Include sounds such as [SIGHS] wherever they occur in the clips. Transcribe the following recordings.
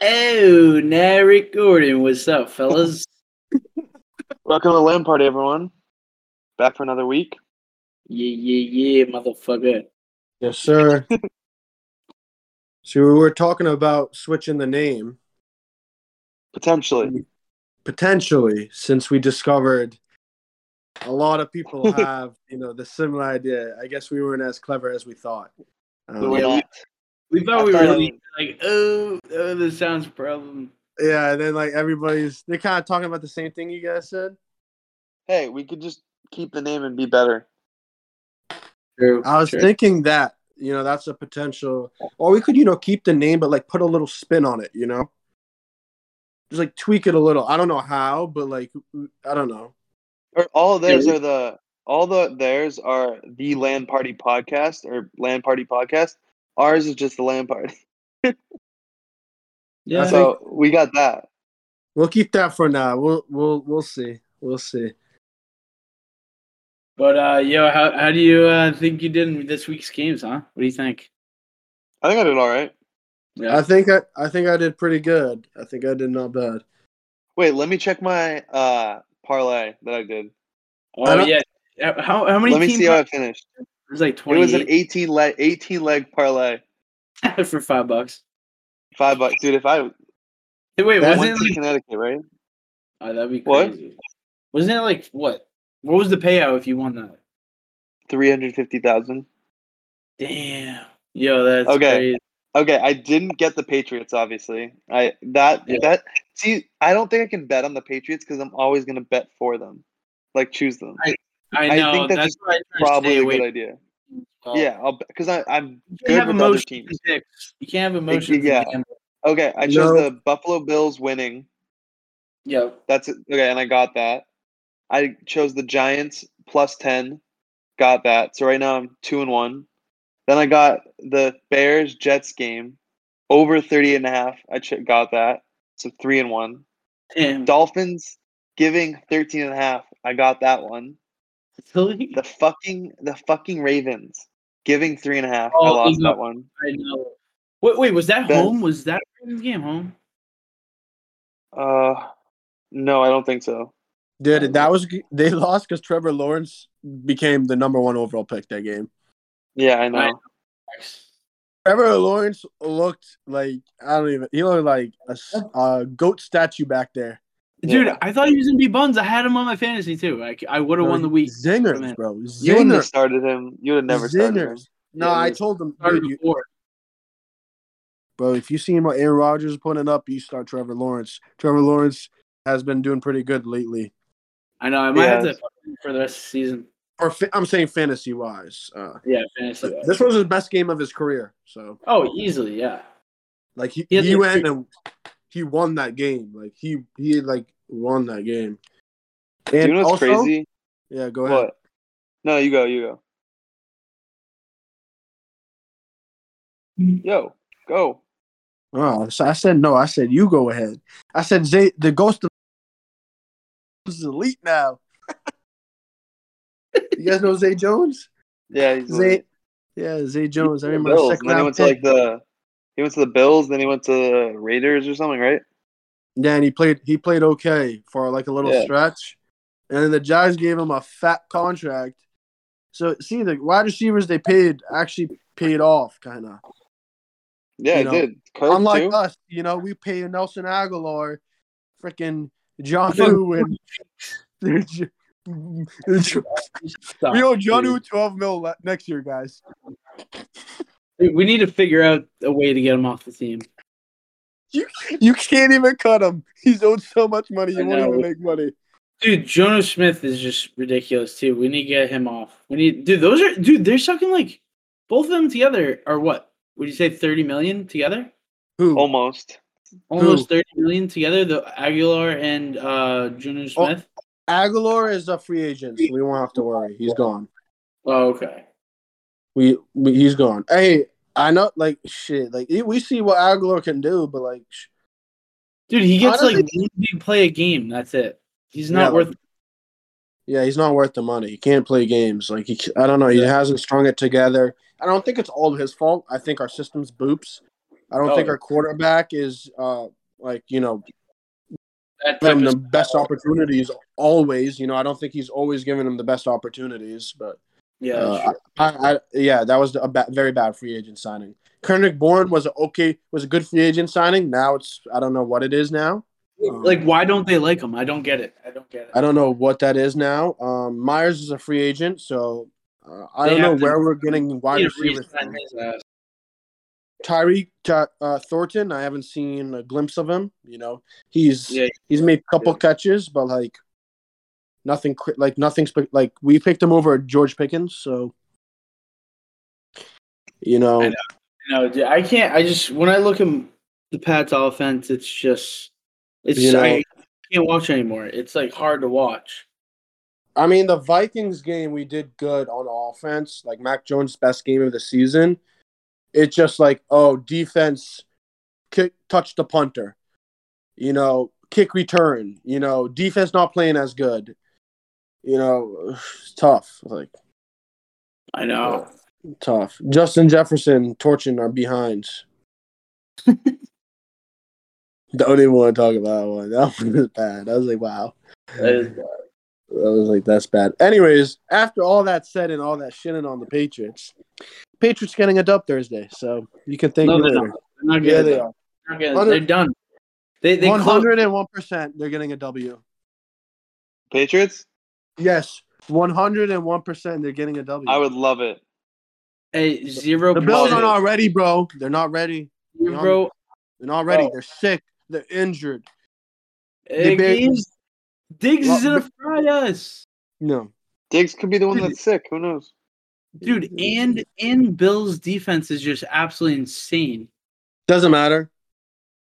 Oh, now Rick Gordon. What's up, [LAUGHS] fellas? Welcome to Lamb Party, everyone. Back for another week. yeah, yeah, yeah, motherfucker. Yes, sir. [LAUGHS] so we were talking about switching the name Potentially. potentially, since we discovered a lot of people [LAUGHS] have you know the similar idea. I guess we weren't as clever as we thought. We Um, were Yeah, not. We thought I we were thought- leaving, like, oh, oh, this sounds problem. yeah, and then like everybody's they're kind of talking about the same thing you guys said. Hey, we could just keep the name and be better. True. I was true. thinking that you know that's a potential, or we could you know keep the name but like put a little spin on it. You know, just like tweak it a little. I don't know how, but like I don't know. Or all of Yeah, theirs we- are the all the theirs are the Land Party podcast or Land Party podcast. Ours is just the Land [LAUGHS] Party. yeah. That's So we got that. We'll keep that for now. We'll we'll we'll see. We'll see. But uh, yo, how how do you uh, think you did in this week's games, huh? What do you think? I think I did all right. Yeah. I think I I think I did pretty good. I think I did not bad. Wait, let me check my uh parlay that I did. I oh don't- yeah. How how many Let me teams? see how I finished. it was like It was an twenty 18 leg 18 leg parlay. [LAUGHS] for five bucks. Five bucks. Dude, if I Hey, Wait, wasn't that That went it to like Connecticut, right? oh, that'd be What? crazy? Wasn't it like what? What was the payout if you won that? Three hundred fifty thousand. Damn. Yo, that's Okay. crazy. Okay, I didn't get the Patriots. Obviously, I that Yeah. that see, I don't think I can bet on the Patriots because I'm always gonna bet for them, like choose them. I- I I know. think that's that's why I try to Probably stay a away. good idea. from- Yeah, I'll because I I'm You good can't have with other emotions. teams. in picks. You can't have emotions. in yeah. gambling. Okay, I chose No. the Buffalo Bills winning. Yeah. That's it. okay, and I got that. I chose the Giants plus ten, got that. So right now I'm two and one. Then I got the Bears Jets game over 30 and a half. I ch- got that. So three and one. Damn. Dolphins giving 13 and a half. I got that one. Really? The fucking the fucking Ravens giving three and a half. I Oh, lost Eagles. that one. I know. Wait, wait, was that Then- home? Was that Ravens game home? Uh no, I don't think so. Did that was g- they [LAUGHS] lost because Trevor Lawrence became the number one overall pick that game. Yeah, I know. Right. Trevor Lawrence looked like I don't even. He looked like a, s- a goat statue back there. Dude, Yeah. I thought he was gonna be buns. I had him on my fantasy too. Like I would have won the week. Zingers, bro. You wouldn't have Zingers. started him. You would have never started him. Zingers. No, Yeah, I you- told them, Started dude, you- before. bro. If you see what Aaron Rodgers is putting up, you start Trevor Lawrence. Trevor Lawrence has been doing pretty good lately. I know. I might have Yeah. to fuck him for the rest of the season. Or fa- I'm saying fantasy wise. Uh, Yeah, fantasy. wise. this was his best game of his career. So Oh, easily, yeah. Like he, He had he, like went three- and he won that game. Like he he like won that game. Do And you know what's also, crazy? Yeah, go ahead. What? No, you go, you go. Yo, go. Oh, so I said no. I said you go ahead. I said Zay, the ghost of [LAUGHS] is elite now. [LAUGHS] you guys know Zay Jones? Yeah, he's Zay, yeah, Zay Jones. I the remember Bills. second And then he round went to like pick. the he went to the Bills, then he went to the Raiders or something, right? Yeah, and he played. He played okay for like a little Yeah. stretch, and then the Giants gave him a fat contract. So see, the wide receivers they paid actually paid off, kind of. Yeah, You it know, did. Kirk Unlike too. us, you know, we pay Nelson Aguilar, freaking John Fuck. and [LAUGHS] we Stop, owe John dude. 12 mil le- next year, guys. Dude, we need to figure out a way to get him off the team. You can't even cut him. He's owed so much money, I you won't know. even make money. Dude, Jonas Smith is just ridiculous too. We need to get him off. We need, dude. Those are, dude. They're sucking like both of them together are what? Would you say thirty million together? Who? Oh Almost. Almost thirty million together. The Aguilar and uh Jonas Oh. Smith. Aguilar is a free agent, so we won't have to worry. He's gone. Oh, okay. We, we he's gone. Hey, I know, like shit, like we see what Aguilar can do, but like, sh- Dude, he gets like Honestly- one big play a game. That's it. He's not Yeah. worth. Yeah, he's not worth the money. He can't play games. Like he, I don't know. He hasn't strung it together. I don't think it's all his fault. I think our system's boops. I don't Oh. think our quarterback is uh like you know That type giving him of the best opportunities always. You know, I don't think he's always giving him the best opportunities, but yeah, uh, sure. I, I, yeah, that was a ba- very bad free agent signing. Kendrick Bourne was a okay, was a good free agent signing. Now it's I don't know what it is now. um, like why don't they like him? I don't get it. I don't get it. I don't know what that is now. Um, Myers is a free agent, so uh, I They don't know have to- where we're getting wide Need to receivers. re-sign from. his uh, ass. Tyreek Ty- uh, Thornton, I haven't seen a glimpse of him. You know, he's Yeah. he's made a couple catches, but like nothing, cri- like nothing. Spe- like we picked him over George Pickens, so you know, I know. No, dude, I can't. I just when I look at the Pats offense, it's just it's You know- I can't watch anymore. It's like hard to watch. I mean, the Vikings game we did good on offense, like Mac Jones' best game of the season. It's just like, oh, defense, kick, touch the punter, you know, kick return, you know, defense not playing as good, you know, [SIGHS] it's tough, like I know. tough. Justin Jefferson torching [LAUGHS] our behinds. Don't even want to talk about that one. That one was bad. I was like, wow. That is- I was like, that's bad. Anyways, after all that said and all that shitting on the Patriots, Patriots getting a dub Thursday, so you can thank No, me they're later. they're not Yeah, good. they are. They're, not good. Hundred- they're done. They they One close. hundred and one percent, they're getting a W. Patriots? Yes, one hundred and one percent, they're getting a W. I would love it. a zero. the Bills percent. aren't all ready, bro. They're not ready. Zero. They're not ready. Oh. They're sick. They're injured. They bar- Diggs, Diggs is Well, gonna fry us, No, Diggs could be the one that's sick. Who knows? dude. And and Bills defense is just absolutely insane. doesn't matter.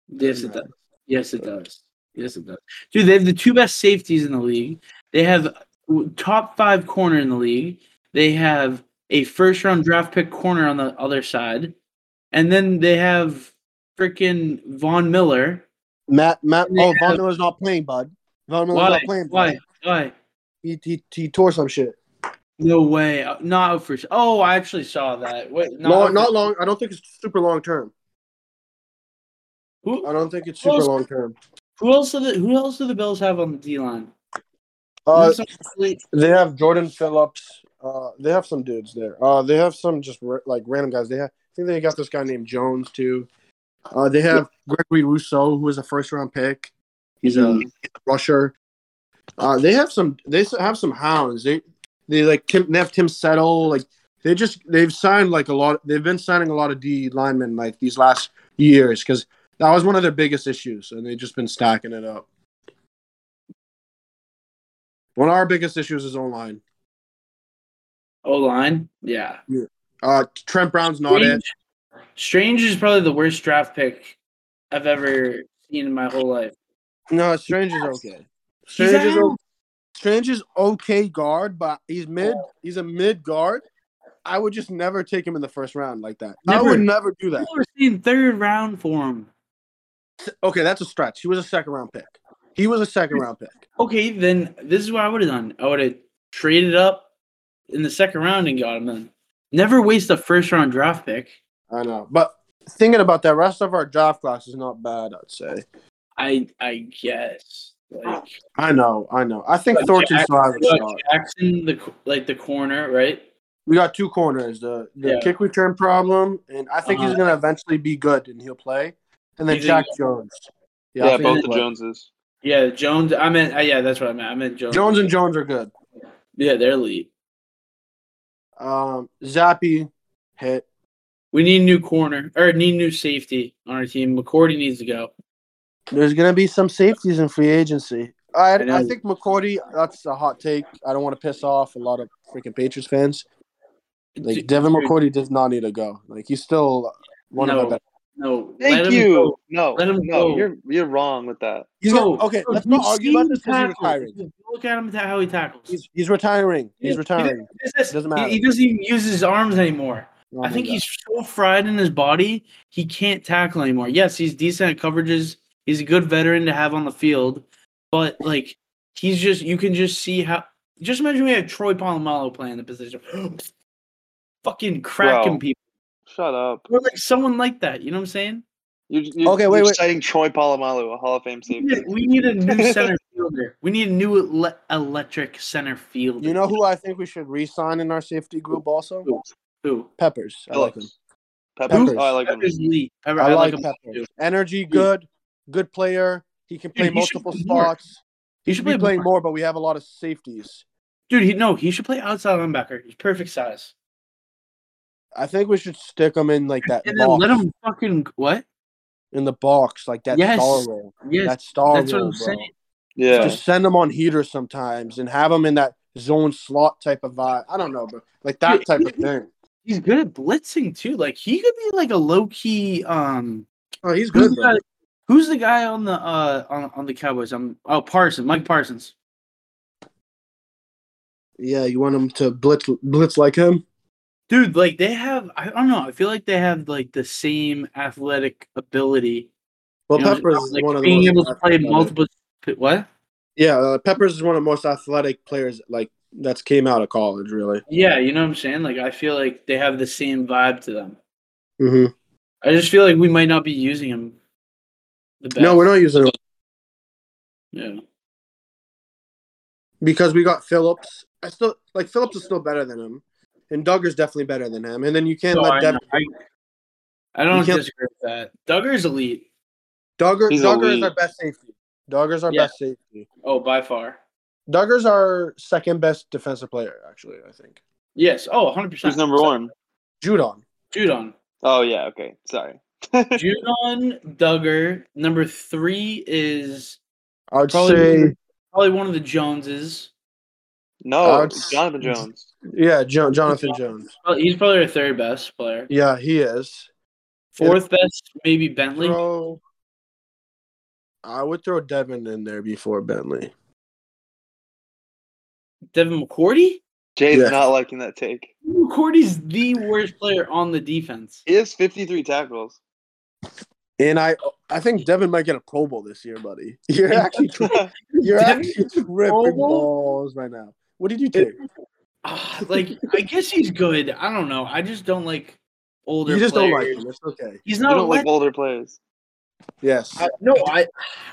Yes, it Doesn't does. Yes, it does. Yes, it does. Dude, they have the two best safeties in the league. They have w- top five corner in the league. They have a first round draft pick corner on the other side, and then they have freaking Von Miller. Matt, Matt. They Oh, Von have- Miller's not playing, bud. Von Miller's Why? not playing. bud. Why? Why? He, he he tore some shit. No way. Uh, Not out for. Oh, I actually saw that. Wait, not out long, for- not long. I don't think it's super long term. Who, I don't think it's super Close. long term. who else? Do the, who else do the Bills have on the D line? Uh, Who's on the league? They have Jordan Phillips. Uh, they have some dudes there. Uh, they have some just ra- like random guys. They have, I think they got this guy named Jones too. Uh, they have Gregory Rousseau, who is a first round pick. He's um, a Mhm. rusher. Uh, they have some. They s- have some hounds. They they like Tim. They have Tim Settle. Like they just they've signed like a lot. They've been signing a lot of D linemen like these last years because that was one of their biggest issues, and they've just been stacking it up. One of our biggest issues is online. O line. Yeah. Uh, Trent Brown's not it. Strange is probably the worst draft pick I've ever seen in my whole life. No, Strange is okay. Strange is, o- out. Strange is okay guard, but he's mid. He's a mid guard. I would just never take him in the first round like that. I would never do that. People are seeing third round for him. Okay, that's a stretch. He was a second round pick. He was a second round pick. Okay, then this is what I would have done. I would have traded up in the second round and got him then. Never waste a first round draft pick. I know, but thinking about that, rest of our draft class is not bad. I'd say. I I guess. Like I know, I know. I think But Thornton Jack- still has a you shot. got Jackson, the co- like the corner, right? We got two corners: the the Yeah. kick return problem, and I think he's Uh-huh. going to eventually be good and he'll play. And then You think- Jack Jones. I Yeah, think both he'll the play. Joneses. Yeah, Jones. I meant. Uh, yeah, that's what I meant. I meant Jones. Jones and Jones are good. Yeah, they're elite. Um, Zappy hit. We need new corner or need new safety on our team. McCourty needs to go. There's gonna be some safeties in free agency. I, know. I think McCourty. That's a hot take. I don't want to piss off a lot of freaking Patriots fans. Dude, Like Devin dude, McCourty does not need to go. Like he's still one No. of our best. No, let Thank him you. go. No, Let him no, go. you're you're wrong with that. He's Bro, gonna, okay. bro, let's you've not argue about seen this because he's tackles. retiring. Look at him ta- how he tackles. He's, he's retiring. He's Yeah. retiring. This is- doesn't matter. He, he doesn't even use his arms anymore. Oh I my think God. he's so fried in his body, he can't tackle anymore. Yes, he's decent at coverages. He's a good veteran to have on the field, but like he's just you can just see how. Just imagine we had Troy Polamalu playing the position, [GASPS] fucking cracking Bro. people, Shut up. or like someone like that. You know what I'm saying? You're, you're, Okay, okay, wait, wait, you're wait. citing Troy Polamalu, a Hall of Fame We safety. need- We need a new center fielder. We need a new ele- electric center fielder. You know who I think we should re-sign in our safety group also? Who? Peppers. I like him. Phillips. Peppers. Peppers. Oh, I like him. Peppers Lee. Pepper- I, like, him. too. Peppers. Energy, good, good player. He can play Dude, he should multiple play more. spots. He He should should play be playing more. more, but we have a lot of safeties. Dude, he, no, he should play outside linebacker. He's perfect size. I think we should stick him in like that And then box, let him fucking what? in the box, like that Yes. star roll. Yes, That star that's what roll, I'm bro. saying. Yeah. Just send him on heater sometimes and have him in that zone slot type of vibe. I don't know, bro. Like that Dude, type of he- thing. he's good at blitzing too. Like he could be like a low key. Um, Oh, he's who's good, the bro. guy, who's the guy on the uh on, on the Cowboys? I'm oh Parsons, Mike Parsons. Yeah, you want him to blitz blitz like him? Dude, like they have. I don't know. I feel like they have like the same athletic ability. Well, you know, Peppers is like one of the being most able to play athletic. multiple. What? Yeah, uh, Peppers is one of the most athletic players like that's came out of college, really. Yeah, you know what I'm saying. Like I feel like they have the same vibe to them. hmm I just feel like we might not be using him. The best. No, we're not using him Yeah. because we got Phillips. I still like Phillips is still better than him, and Duggar's definitely better than him. And then you can't No, I, let Deb- know. I, I don't You can't- disagree with that. Duggar's elite. Duggar. He's Duggar elite. is our best safety. Duggar's our Yeah. best safety. Oh, by far. Duggar's our second best defensive player, actually. I think Yes. Oh, 100 percent. Who's number one? Judon. [LAUGHS] Judon. Oh, yeah. Okay. Sorry. Judon Duggar. Number three is I'd Probably- say probably one of the Joneses. No, Outs- Jonathan Jones. yeah, jo- Jonathan Jones. Well, He's probably our third best player. Yeah, he is. Fourth best, maybe Bentley. Throw, I would throw Devin in there before Bentley. Devin McCourty. Jay's Yeah. not liking that take. McCourty's the worst player on the defense. He has 53 tackles. [LAUGHS] And I, I think Devin might get a Pro Bowl this year, buddy. [LAUGHS] You're actually, tri- you're Devin actually gets a Pro tripping Bowl? balls right now. What did you take? Ah, like I guess he's good. I don't know. I just don't like older. You just don't like players. him. It's okay. He's You not don't like elect- older players. Yes. I, no, I,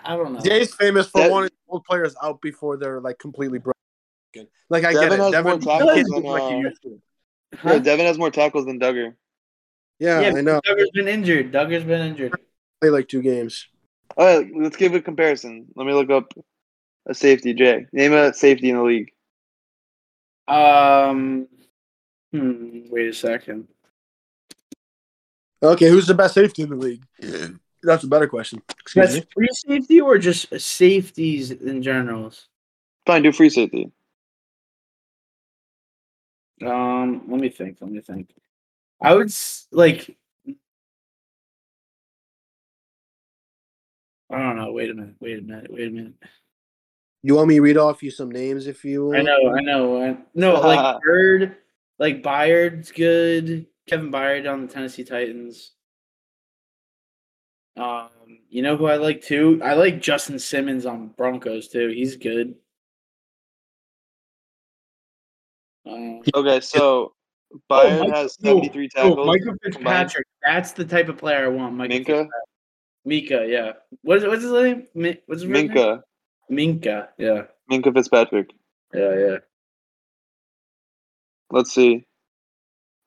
I don't know. Jay's famous for Dev- wanting old players out before they're like completely broken. Like I Devin get has it. Devin more tackles you can't than, look like you uh, used to. Huh? Yeah, Devin has more tackles than Duggar. Yeah, Yeah, I know. Duggar's been injured. Duggar's been injured. Play like two games. All right, Oh, let's give a comparison. Let me look up a safety. Jay, name a safety in the league. Um, hmm, wait a second. Okay, who's the best safety in the league? That's a better question. Excuse That's me. free safety or just safeties in generals? Fine, do free safety. Um, let me think. Let me think. I would s- like. I don't know. Wait a minute. Wait a minute. Wait a minute. You want me to read off you some names if you want? I know. I know. I, no, like Bird, like Byard's good. Kevin Byard on the Tennessee Titans. Um, you know who I like too? I like Justin Simmons on Broncos too. He's good. Um, Okay, so Bayard Oh, Mike- has no, 73 oh, tackles. Michael Fitzpatrick. That's the type of player I want. Michael Minka, Fitzpatrick. Mika, yeah. What is what's his name? Mi- What's his real name? Minka, Minka, yeah, Minka Fitzpatrick. yeah, yeah. Let's see.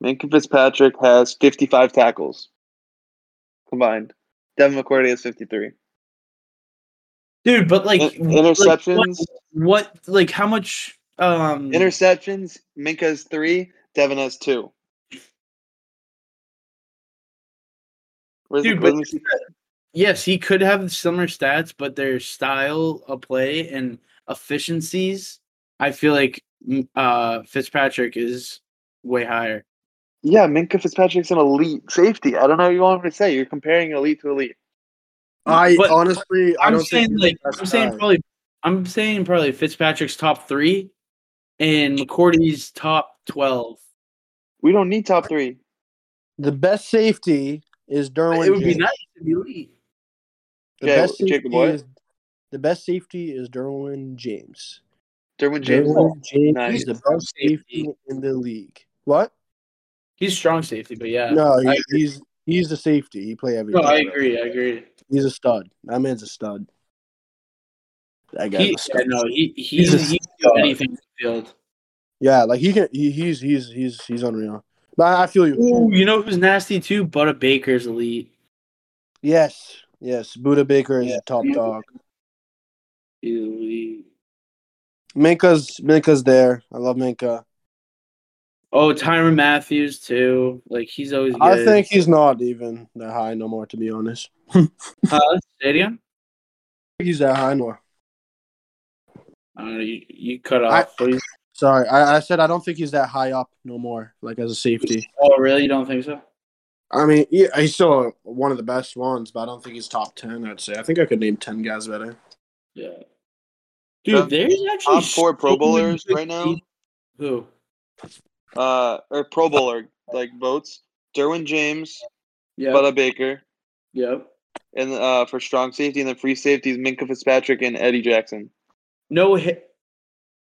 Minka Fitzpatrick has 55 tackles combined. Devin McCourty has 53. Dude, but like In- w- like, what- interceptions? what, like how much? Um, Hmm. Interceptions, Minka has three, Devin has two. Where's Dude, the, but- where's the- yes, he could have similar stats, but their style of play and efficiencies, I feel like m- uh Fitzpatrick is way higher. yeah, Minka Fitzpatrick's an elite safety. I don't know what you want me to say. You're comparing elite to elite. I But honestly, I I'm don't saying think like that's I'm saying right. probably I'm saying probably Fitzpatrick's top three, and McCourty's top twelve. We don't need top three. the best safety is Derwin. It would be James. nice to be elite. The Yeah, best Jacob safety Boyd. is the best safety is Derwin James. Derwin James. Derwin James nice. is the best safety in the league. What? He's strong safety, but yeah, No, I he, he's He's the safety. He play every. No, I agree. I agree. He's a stud. That man's a stud. That guy's He, a yeah, stud. no, he, he, He's a he can do stud. anything in the field. Yeah, like he can. He, he's he's he's he's unreal. But I I feel you. Ooh, you know who's nasty too? Butter Baker's elite. Yes, yes. Buda Baker is Yeah. a top dog. He's elite. Minka's Minka's there. I love Minka. Oh, Tyron Matthews too. Like he's always. Good. I think he's not even that high no more. To be honest, Huh? Uh, Stadium. I think he's that high no more. I don't know. You, you cut off. What do you- Sorry, I, I said I don't think he's that high up no more. Like as a safety. oh, really? You don't think so? I mean, yeah, he's still one of the best ones, but I don't think he's top ten. I'd say. I think I could name ten guys better. Yeah. Dude, Top- there's actually top four Pro so many Bowlers good right now? teams. Who? Uh, or Pro Bowler like votes. Derwin James, Yeah. Butta Baker, Yep. and uh for strong safety, and then free safeties Minka Fitzpatrick and Eddie Jackson. No hit.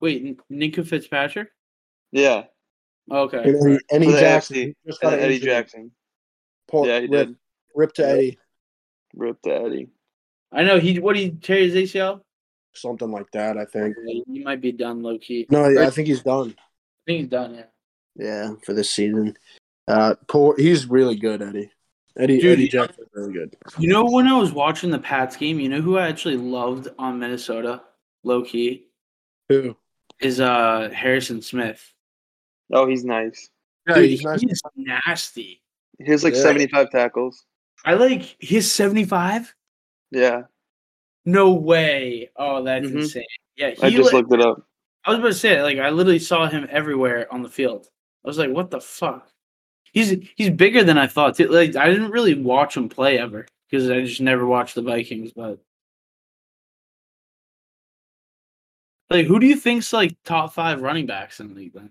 Wait, N- Nico Fitzpatrick. Yeah, Okay. And, and, and For the Jackson. AFC, he and just got then an Eddie injury. Jackson. Poor- Yeah, he rip, did. Rip to Yeah. Eddie, Rip to Eddie. I know he. What he tears his ACL. something like that. I think. He might be done low key. No, Or- I think he's done. I think he's done. Yeah. Yeah, for this season. Uh, poor. He's really good, Eddie. Eddie, Dude, Eddie yeah. Jackson's really good. You know when I was watching the Pats game, you know who I actually loved on Minnesota, low key, Who? is uh Harrison Smith. Oh, he's nice. Yeah, Dude, he's nice. he is nasty. He has like Yeah. 75 tackles. I like his seventy five. Yeah, No way. Oh, that's Mhm. insane. Yeah, he I just li- looked it up. I was about to say, like, I literally saw him everywhere on the field. I was like, what the fuck? He's he's bigger than I thought. Too. Like, I didn't really watch him play ever because I just never watched the Vikings. But like, who do you think's like top five running backs in the league? Then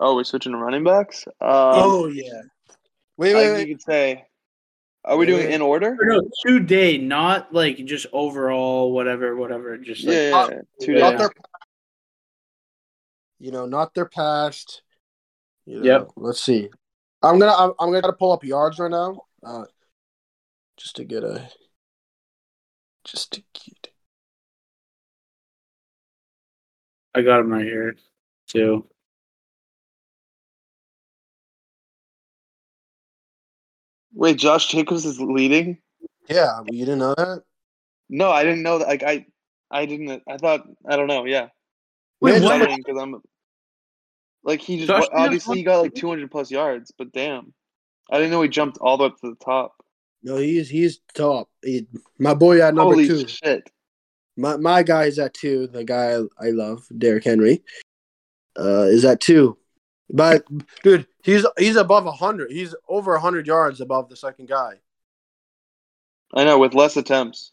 Oh, we're switching to running backs. Um, oh, oh yeah. Wait, I wait, think wait. you could say. Are we doing Wait. it in order? Or no, today, not like just overall, whatever, whatever. Just like, Yeah, yeah, yeah. two Yeah. Not days. their. You know, not their past. You know, Yep. Let's see. I'm gonna. I'm, I'm gonna pull up yards right now. Uh, just to get a. Just to get. I got him right here too. Wait, Josh Jacobs is leading. Yeah, you didn't know that. No, I didn't know that. Like I, I didn't. I thought I don't know. Yeah, Wait, Mitch- what? Because I'm like he just Josh Jacobs obviously he won- got like 200 plus yards, but damn, I didn't know he jumped all the way up to the top. No, he's he's top. He, my boy at number Holy two. shit! My my guy is at two. The guy I love, Derrick Henry, uh, is at two. But dude, he's he's above hundred. He's over hundred yards above the second guy. I know with less attempts.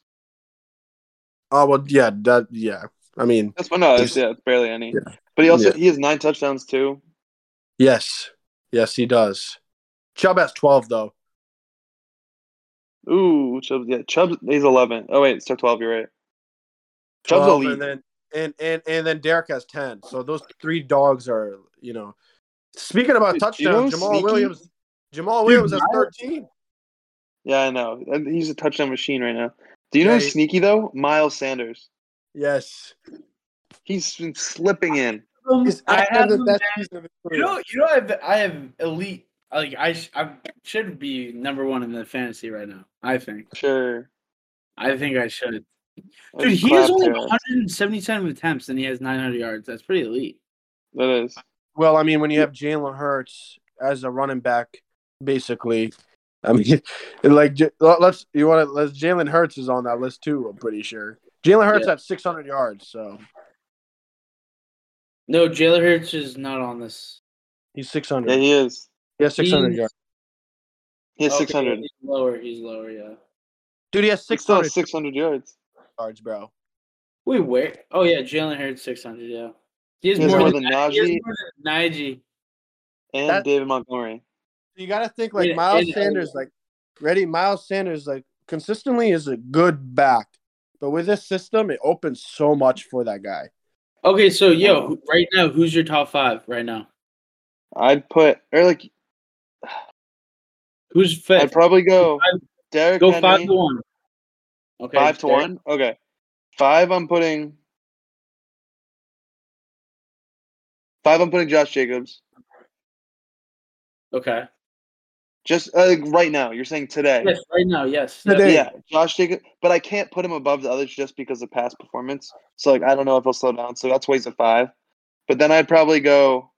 Oh well, yeah, that yeah. I mean, That's but no, it's, yeah, it's barely any. Yeah. But he also Yeah. he has nine touchdowns too. yes, yes, he does. Chubb has twelve though. Ooh, Chubb's yeah, Chubb's he's 11. Oh wait, it's 12. You're right. Chubb's 12, elite. and then and, and and then Derek has ten. So those three dogs are you know. Speaking about Dude, you know touchdowns, who's Jamal sneaky? Williams. Jamal Dude, Williams has Myler- thirteen. Yeah, I know. And He's a touchdown machine right now. Do you know Yeah, who's he- sneaky though? Miles Sanders. Yes. He's been slipping in. He's I have the him best down- season of his You career. know, you know, I have, I have elite. Like I, sh- I should be number one in the fantasy right now. I think. Sure. I think I should. Dude, That's he has only clapped, yeah. 177 attempts and he has 900 yards. That's pretty elite. That is. well, I mean, when you have Jalen Hurts as a running back, basically, I mean, [LAUGHS] like J- let- let's you want to let's Jalen Hurts is on that list too. I'm pretty sure Jalen Hurts at 600 yards, so No, Jalen Hurts is not on this. he's Yeah, 600. he is. He has 600 He- yards. He has Okay, 600. He's lower. He's lower. Yeah. Dude, he has He still has 600 600 yards. yards, bro. Wait, where? Oh yeah, Jalen Hurts 600. Yeah. He has He has more more than than he has Najee more than Najee. and That- David Montgomery. You got to think like Yeah, Miles and- Sanders, like ready. Miles Sanders, like consistently is a good back, but with this system, it opens so much for that guy. Okay, so yo, who- right now, who's your top five right now? I'd put or like Who's I'd fifth? probably go Derek Go Henry, five to one. Okay, Five to Derek- one. Okay, five. I'm putting five. I'm putting Josh Jacobs. Okay. Just uh, right now, you're saying today. Yes, right now. Yes. yes. Today. Yeah, Josh Jacobs, but I can't put him above the others just because of past performance. So like, I don't know if he'll slow down. So that's why he's a five. But then I'd probably go.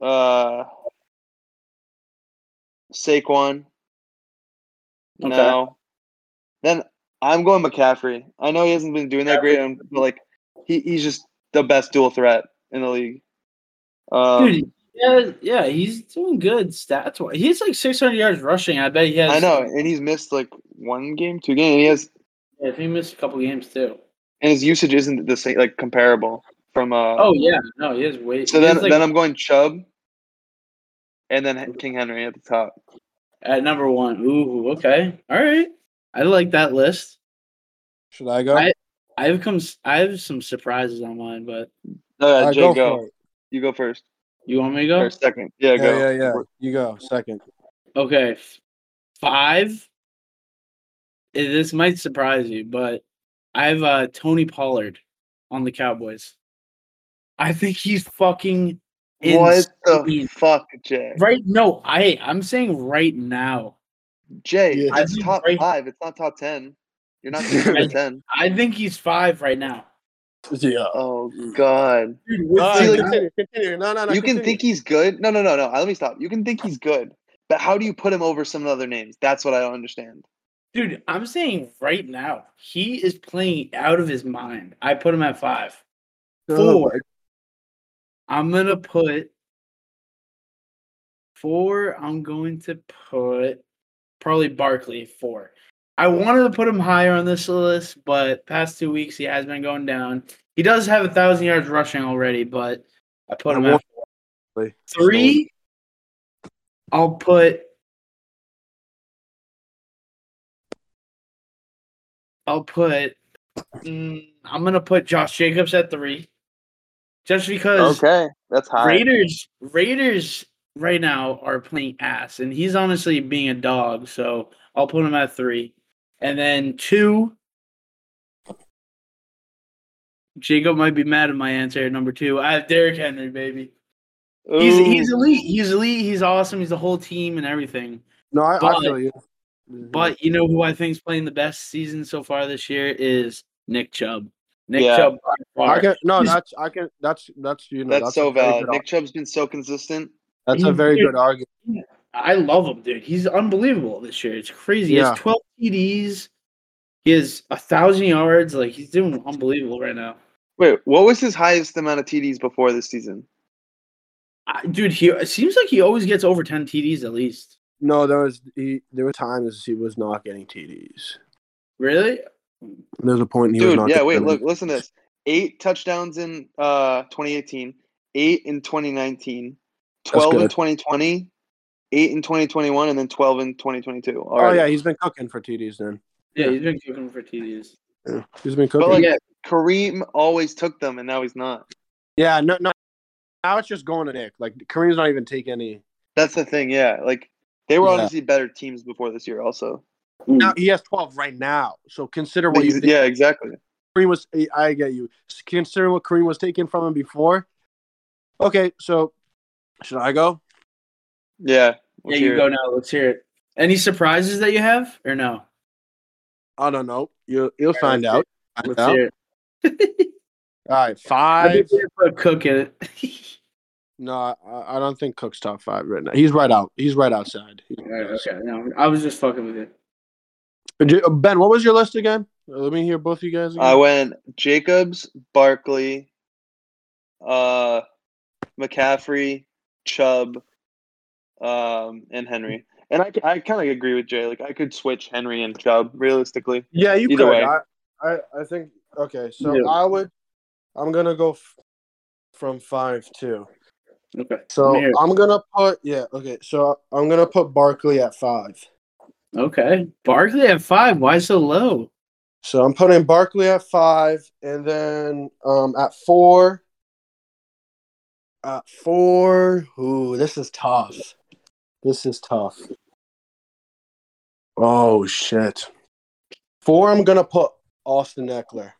Uh, Saquon. Okay. No. Then I'm going McCaffrey. I know he hasn't been doing that great, um, but like, he, he's just the best dual threat in the league. Um, Dude, yeah, yeah, he's doing good stats. wise. He's like 600 yards rushing. I bet he has. I know, and he's missed like one game, two game, and he has Yeah, if he missed a couple games too. and his usage isn't the same, like comparable from. Uh, Oh yeah, no, he is way. so he then, is, like, then I'm going Chubb, and then King Henry at the top. at number one. Ooh, okay, all right. I like that list. Should I go? I- I've come. s- I have some surprises on mine, but Uh, All right, Jay, go go. for it. You go first you want me to go? or second? Yeah, Yeah, go. yeah, yeah. You go second. Okay, f- five. Eh, This might surprise you, but I have uh, Tony Pollard on the Cowboys. I think he's fucking What the Insane. fuck, Jay? right. No, I I'm saying right now. Jay, Yeah. I it's think top right- five. It's not top ten. You're [LAUGHS] not considered Right. top ten. I think he's five right now. Yeah. Oh God! Dude, All See, right, like- continue, continue. No, no, no. you can continue. think he's good. No, no, no, no. Let me stop. You can think he's good, but how do you put him over some other names? That's what I don't understand. Dude, I'm saying right now, he is playing out of his mind. I put him at five. Oh, Four. I'm gonna put four. I'm going to put probably Barkley at four. I wanted to put him higher on this list, but past two weeks he has been going down. He does have a thousand yards rushing already, but I put I him want- at Barkley. three. I'll put. I'll put. mm, I'm gonna put Josh Jacobs at three, just because Okay, that's high. Raiders Raiders right now are playing ass, and he's honestly being a dog. So I'll put him at three, and then two. Jacob might be mad at my answer. at Number two, I have Derrick Henry, baby. He's he's Ooh. elite. He's elite. He's awesome. He's the whole team and everything. Mm-hmm. No, I, I But- feel you. But you know who I think's playing the best season so far this year is Nick Chubb. Nick Yeah. Chubb. by I far. can no, He's- that's I can that's that's you know That's, so a very valid. good Nick Chubb's been so consistent. ar- That's He- a very dude. good argument. I love him, dude. He's unbelievable this year. It's crazy. He Yeah. has 12 TDs. He has a thousand yards. Like he's doing unbelievable right now. Wait, what was his highest amount of TDs before this season? I, dude, he it seems like he always gets over 10 TDs at least. No, there was he, there were times he was not getting TDs. Really? There's a point he was Dude, not. yeah, getting wait, them. look, listen to this. Eight touchdowns in uh 2018, eight in 2019, 12 in good. 2020, eight in 2021, and then 12 in 2022. All Oh right. yeah, he's been cooking for TDs then. Yeah, he's been cooking for TDs. Yeah, He's been But cooking. like Yeah. Kareem always took them and now he's not. yeah, no, no. Now it's just going to Nick. Like Kareem's not even take any. That's the thing, yeah. Like they were Yeah. obviously better teams before this year also. Now he has 12 right now. So consider what you think Yeah, exactly. Kareem was. eh, I get you. Consider what Kareem was taken from him before. Okay, so should I go? Yeah. yeah, you go now. Let's hear it. Any surprises that you have or no? I don't know. You you'll right, find let's out. Let's Find out. hear it. [LAUGHS] All right, I five. think we're gonna put Cook in [LAUGHS] it. No, I, I don't think Cook's top five right now. He's right out. He's right outside. All right, okay. No, I was just fucking with you. J- Ben, what was your list again? Let me hear both you guys. Again. I went Jacobs, Barkley, uh, McCaffrey, Chubb, um, and Henry. And I, I kind of agree with Jay. Like I could switch Henry and Chubb realistically. yeah, you either could. way. I, I I think okay. So Yeah. I would. I'm gonna go f- from five too. Okay. So uh, Amir. I'm gonna put yeah. Okay, so I'm gonna put Barkley at five. Okay. Barkley at five. Why so low? So I'm putting Barkley at five, and then um, at four. At four, ooh, this is tough. This is tough. Oh shit. Four, I'm gonna put Austin Eckler.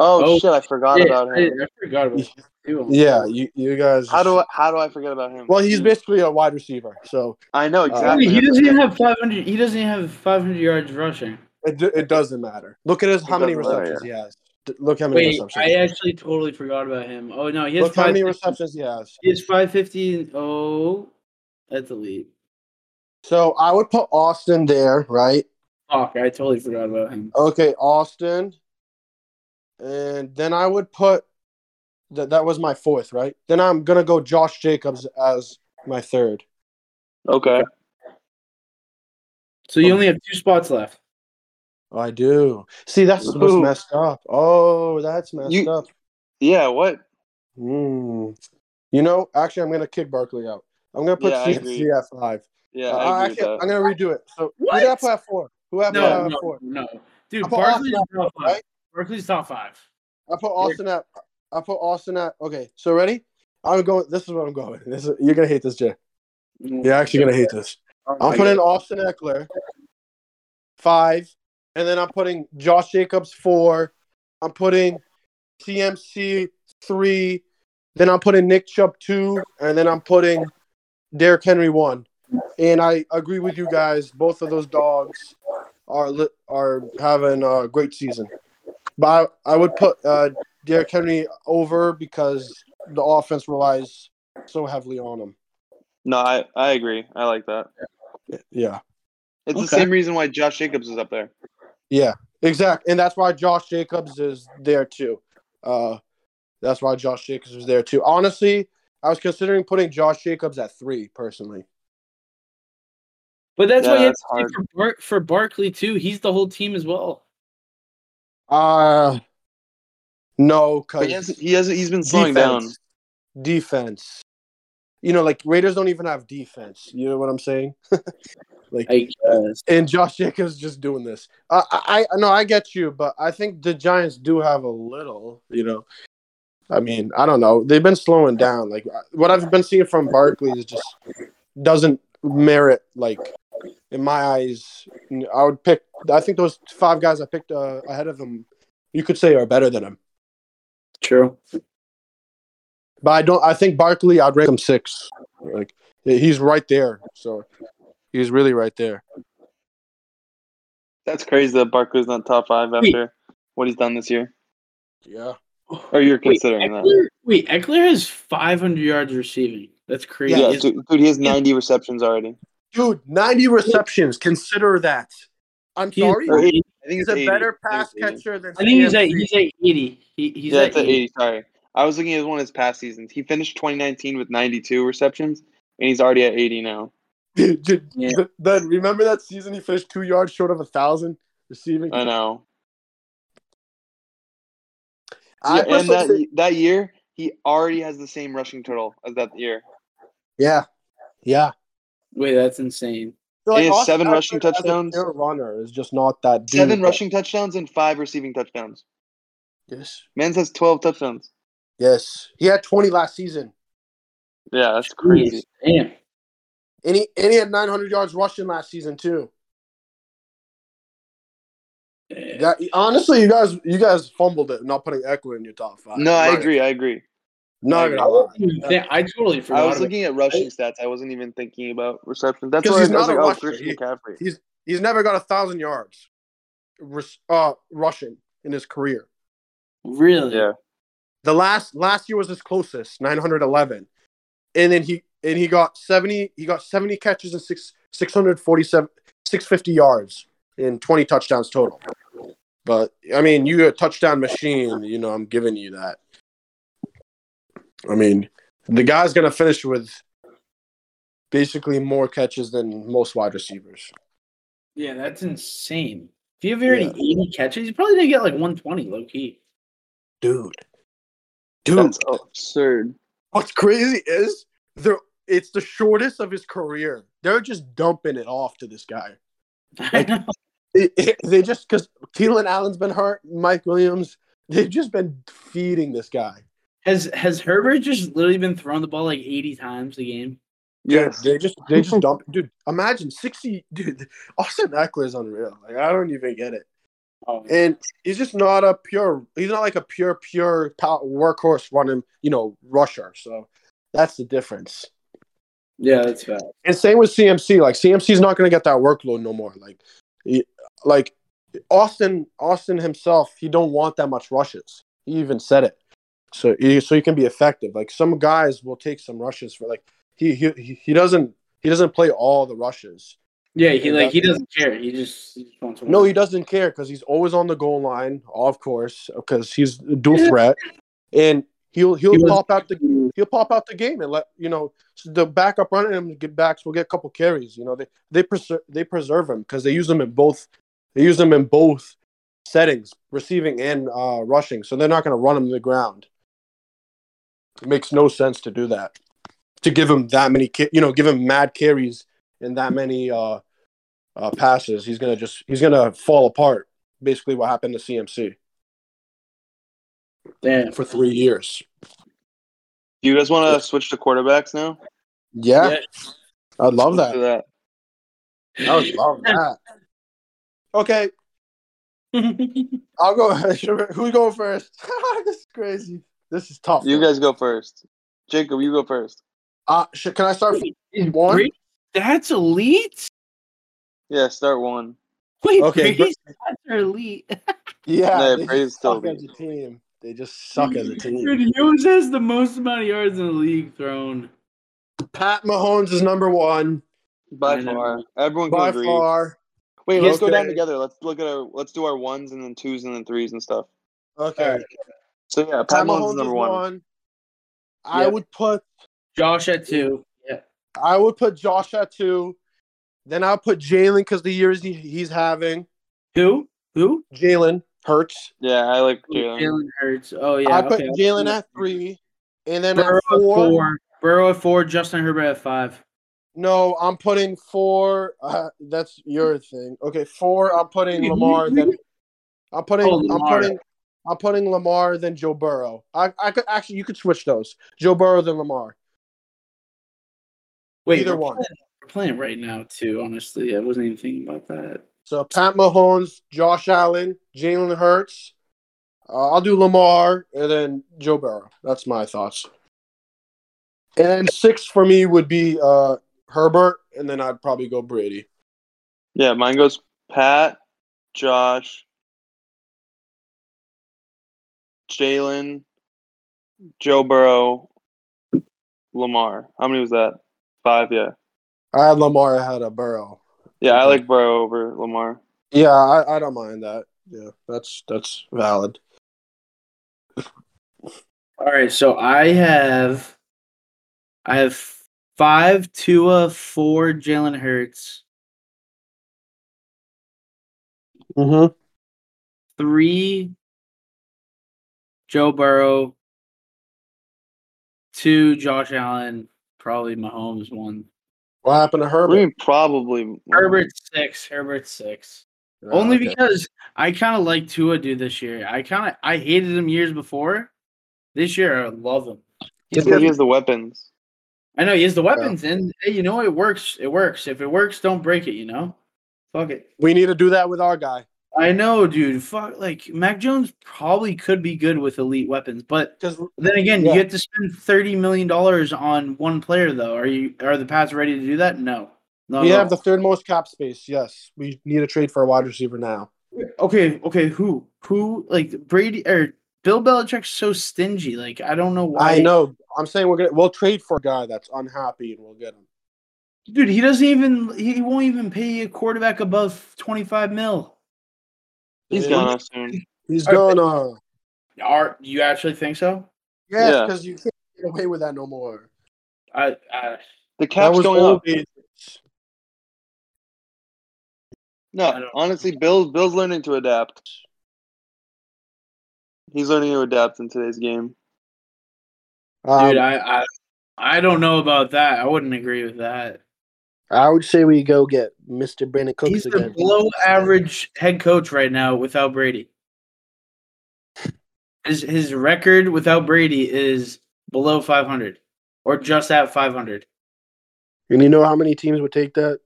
Oh, Oh, shit! I forgot Yeah, about I, him. I forgot about him, too. Yeah, you, you guys. How do I? How do I forget about him? Well, he's basically a wide receiver, so I know exactly. He doesn't even have 500. He doesn't even have 500 yards rushing. it, do- it doesn't matter. Look at his how It many doesn't matter, receptions he has. D- Look how many Wait, receptions. I actually totally forgot about him. Oh no, he has Look how five. many receptions he has. He has 550 and oh, that's elite. So I would put Austin there, right? Fuck, I totally forgot about him. Okay, Austin. And then I would put that that was my fourth, right? Then I'm gonna go Josh Jacobs as my third. Okay. So you only have two spots left. Oh, I do. See, that's what's Ooh. messed up. Oh, that's messed You- up. Yeah. What? Mm. You know, actually, I'm gonna kick Barkley out. I'm gonna put Yeah, I agree. CMC at five. Yeah. Uh, I agree actually, with I'm gonna redo it. So What? who did I put at four? Who did I put No, at no, uh, four? no, I dude. put Barkley's Austin, top five. right? Barkley's top five. I put Austin at. I put Austin at. Okay, so ready? I'm going. This is where I'm going. This is, you're gonna hate this, Jay. Mm, You're actually gonna hate this. I'm I putting Austin Eckler five, and then I'm putting Josh Jacobs four. I'm putting CMC three. Then I'm putting Nick Chubb two, and then I'm putting Derrick Henry one. And I agree with you guys. Both of those dogs are li- are having a great season, but I, I would put uh, Derrick Henry over because the offense relies so heavily on him. No, I, I agree. I like that. Yeah. It's the Okay. same reason why Josh Jacobs is up there. Yeah, exactly. And that's why Josh Jacobs is there too. Uh, that's why Josh Jacobs was there too. Honestly, I was considering putting Josh Jacobs at three personally. But that's Yeah, why you have that's to say for, Bar- for Barkley too. He's the whole team as well. Uh no, But because he hasn't. He hasn't. He's been slowing down. Defense. You know, like Raiders don't even have defense. You know what I'm saying? like, I guess. and Josh Jacobs just doing this. Uh, I, I no, I get you, but I think the Giants do have a little. You know, I mean, I don't know. They've been slowing down. Like uh, what I've been seeing from Barkley is just doesn't merit. Like in my eyes, I would pick. I think those five guys I picked uh, ahead of him, you could say are better than him. [SIGHS] True. But I don't. I think Barkley. I'd rank him six. Like he's right there. So he's really right there. That's crazy that Barkley's not top five after what he's done this year. Yeah. Or you're Wait, considering that? Eckler, wait, Eckler has 500 yards receiving. That's crazy. Yeah, Is- dude, dude, he has 90 receptions already. Dude, 90 receptions. Consider that. I'm he's- sorry. Or eighty. I think He's it's a 80. better I think pass it's 80. catcher than I think he's at CMC. he's at 80. He, he's yeah, at it's at 80. 80. Sorry. I was looking at one of his past seasons. He finished 2019 with 92 receptions, and he's already at 80 now. Dude, [LAUGHS] dude, Yeah. th- then remember that season he finished two yards short of a thousand receiving. I know. I yeah, and personally that, think- that year, he already has the same rushing total as that year. yeah, yeah. Wait, that's insane. So, He has Austin seven rushing Eckler as a touchdowns. pure runner is just not that dude. Seven rushing touchdowns and five receiving touchdowns. Yes, Mans has 12 touchdowns. yes. He had 20 last season, Yeah, that's crazy. Damn. and he and he had 900 yards rushing last season too. That, honestly, you guys, you guys fumbled it not putting Eckler in your top five. No, I Right. agree. I agree. Not I gonna lie. wasn't even thi- I totally forgot. I was about- looking at rushing stats. I wasn't even thinking about receptions. That's 'Cause why I was he's not like, a oh, rusher. Christian He- McCaffrey. He's he's never got a thousand yards, res, uh, rushing in his career. really? Yeah. The last last year was his closest, nine hundred eleven, and then he and he got seventy. He got seventy catches and six six hundred forty seven six fifty yards and twenty touchdowns total. But I mean, you're a touchdown machine. You know, I'm giving you that. I mean, the guy's gonna finish with basically more catches than most wide receivers. Yeah, that's insane. If you have already Yeah. 80 catches, you probably didn't get like 120 low key. dude. Dude, That's absurd. what's crazy is they're it's the shortest of his career. They're just dumping it off to this guy. [LAUGHS] I Like- know. It- it- they just because Keelan Allen's been hurt, Mike Williams, they've just been feeding this guy. Has has Herbert just literally been throwing the ball like 80 times a game? Yes. Dude, they just they just dump. Dude, imagine sixty. Dude, Austin Eckler is unreal. Like I don't even get it. Oh, And he's just not a pure. He's not like a pure pure pow- workhorse running. You know, rusher. So that's the difference. yeah, that's bad. And same with CMC. Like CMC's not going to get that workload no more. Like, he- like Austin Austin himself, he don't want that much rushes. He even said it. So he, so he can be effective. Like some guys will take some rushes for like he he he- he doesn't he doesn't play all the rushes. Yeah, he like he doesn't care. He just, he just wants to. No, win. he doesn't care because he's always on the goal line, of course, because he's a [LAUGHS] dual threat, and he'll he'll He was- pop out the he'll pop out the game and let you know so the backup running him get backs will get a couple carries. You know they they preserve they preserve him because they use him in both they use him in both settings, receiving and uh, rushing. So they're not going to run him to the ground. It makes no sense to do that to give him that many ca- you know give him mad carries and that many uh, uh, passes. He's gonna just he's gonna fall apart. Basically, what happened to CMC Damn. for three years. Do you guys want to switch to quarterbacks now? Yeah, Yeah. I love Let's that. do that. I [LAUGHS] [LAUGHS] would love that. Okay, I'll go. [LAUGHS] Who's going first? [LAUGHS] this is crazy. This is tough. You guys go first. Jacob, you go first. uh, sh- can I start? From- One? Brady- That's elite. Yeah, start one. Wait, Okay, okay, Brady's stats are elite. yeah, Yeah, they Brady's just suck still as a team. They just suck as a team. Dude, Yours has the most amount of yards in the league thrown. Pat Mahomes is number one I By know. far, everyone can by agree. far. Wait, Yes, let's go down okay. together. Let's look at our. Let's do our ones and then twos and then threes and stuff. Okay, Alright, So yeah, Pat Mahomes is number one. I Yep. would put Josh at two. Yeah. I would put Josh at two. Then I'll put Jalen because the years he, he's having. Who? Who? Jalen Hurts. Yeah, I like Jalen. Jalen Hurts. Oh yeah. I put okay. Jalen at three. And then Burrow at at four, four. Burrow at four. Justin Herbert at five. No, I'm putting four. Uh, that's your thing. Okay, four. I'm putting Dude, Lamar. you- Then I'm putting. Oh, I'm Lamar. putting. I'm putting Lamar. Then Joe Burrow. I, I could actually. You could switch those. Joe Burrow then Lamar. Wait, Either we're one. Playing, we're playing right now too. Honestly, I wasn't even thinking about that. So Pat Mahomes, Josh Allen, Jalen Hurts. Uh, I'll do Lamar and then Joe Burrow. That's my thoughts. And then six for me would be uh, Herbert, and then I'd probably go Brady. Yeah, mine goes Pat, Josh, Jalen, Joe Burrow, Lamar. How many was that? Five. Yeah. I had Lamar ahead of Burrow. Yeah, I Okay. like Burrow over Lamar. Yeah, I, I don't mind that. Yeah, that's that's valid. All right, so I have, I have five Tua, four Jalen Hurts, Mm-hmm. three Joe Burrow, two Josh Allen, probably Mahomes one. What happened to I Herbert? mean, probably Herbert six. Herbert six. Yeah, Only okay. because I kind of like Tua do this year. I kind of I hated him years before. This year I love him. Yeah, He's but he got- has the weapons. I know he has the weapons, and hey, you know it works. It works. If it works, don't break it. You know, fuck it. we need to do that with our guy I know, dude. Fuck, like Mac Jones probably could be good with elite weapons, but because then again, Yeah. you have to spend thirty million dollars on one player, though. Are you are the Pats ready to do that? No, no. we no. have the third most cap space. Yes, we need to trade for a wide receiver now. okay, okay. Who who like Brady or Bill Belichick's so stingy? Like I don't know why. I know. I'm saying we're gonna we'll trade for a guy that's unhappy and we'll get him. dude. He doesn't even. He won't even pay a quarterback above twenty five mil. He's Yeah. gone soon. He's All gonna. Are you actually think so? Yeah, Yeah. because you can't get away with that no more. I, I The That cap's was going old up. days. I No, don't- honestly, Bill Bill's learning to adapt. He's learning to adapt in today's game. dude, Um, I, I I don't know about that. I wouldn't agree with that. I would say we go get Mr. Brandon Cooks He's the again. below average head coach right now without Brady. His his record without Brady is below 500 or just at 500. And you know how many teams would take that?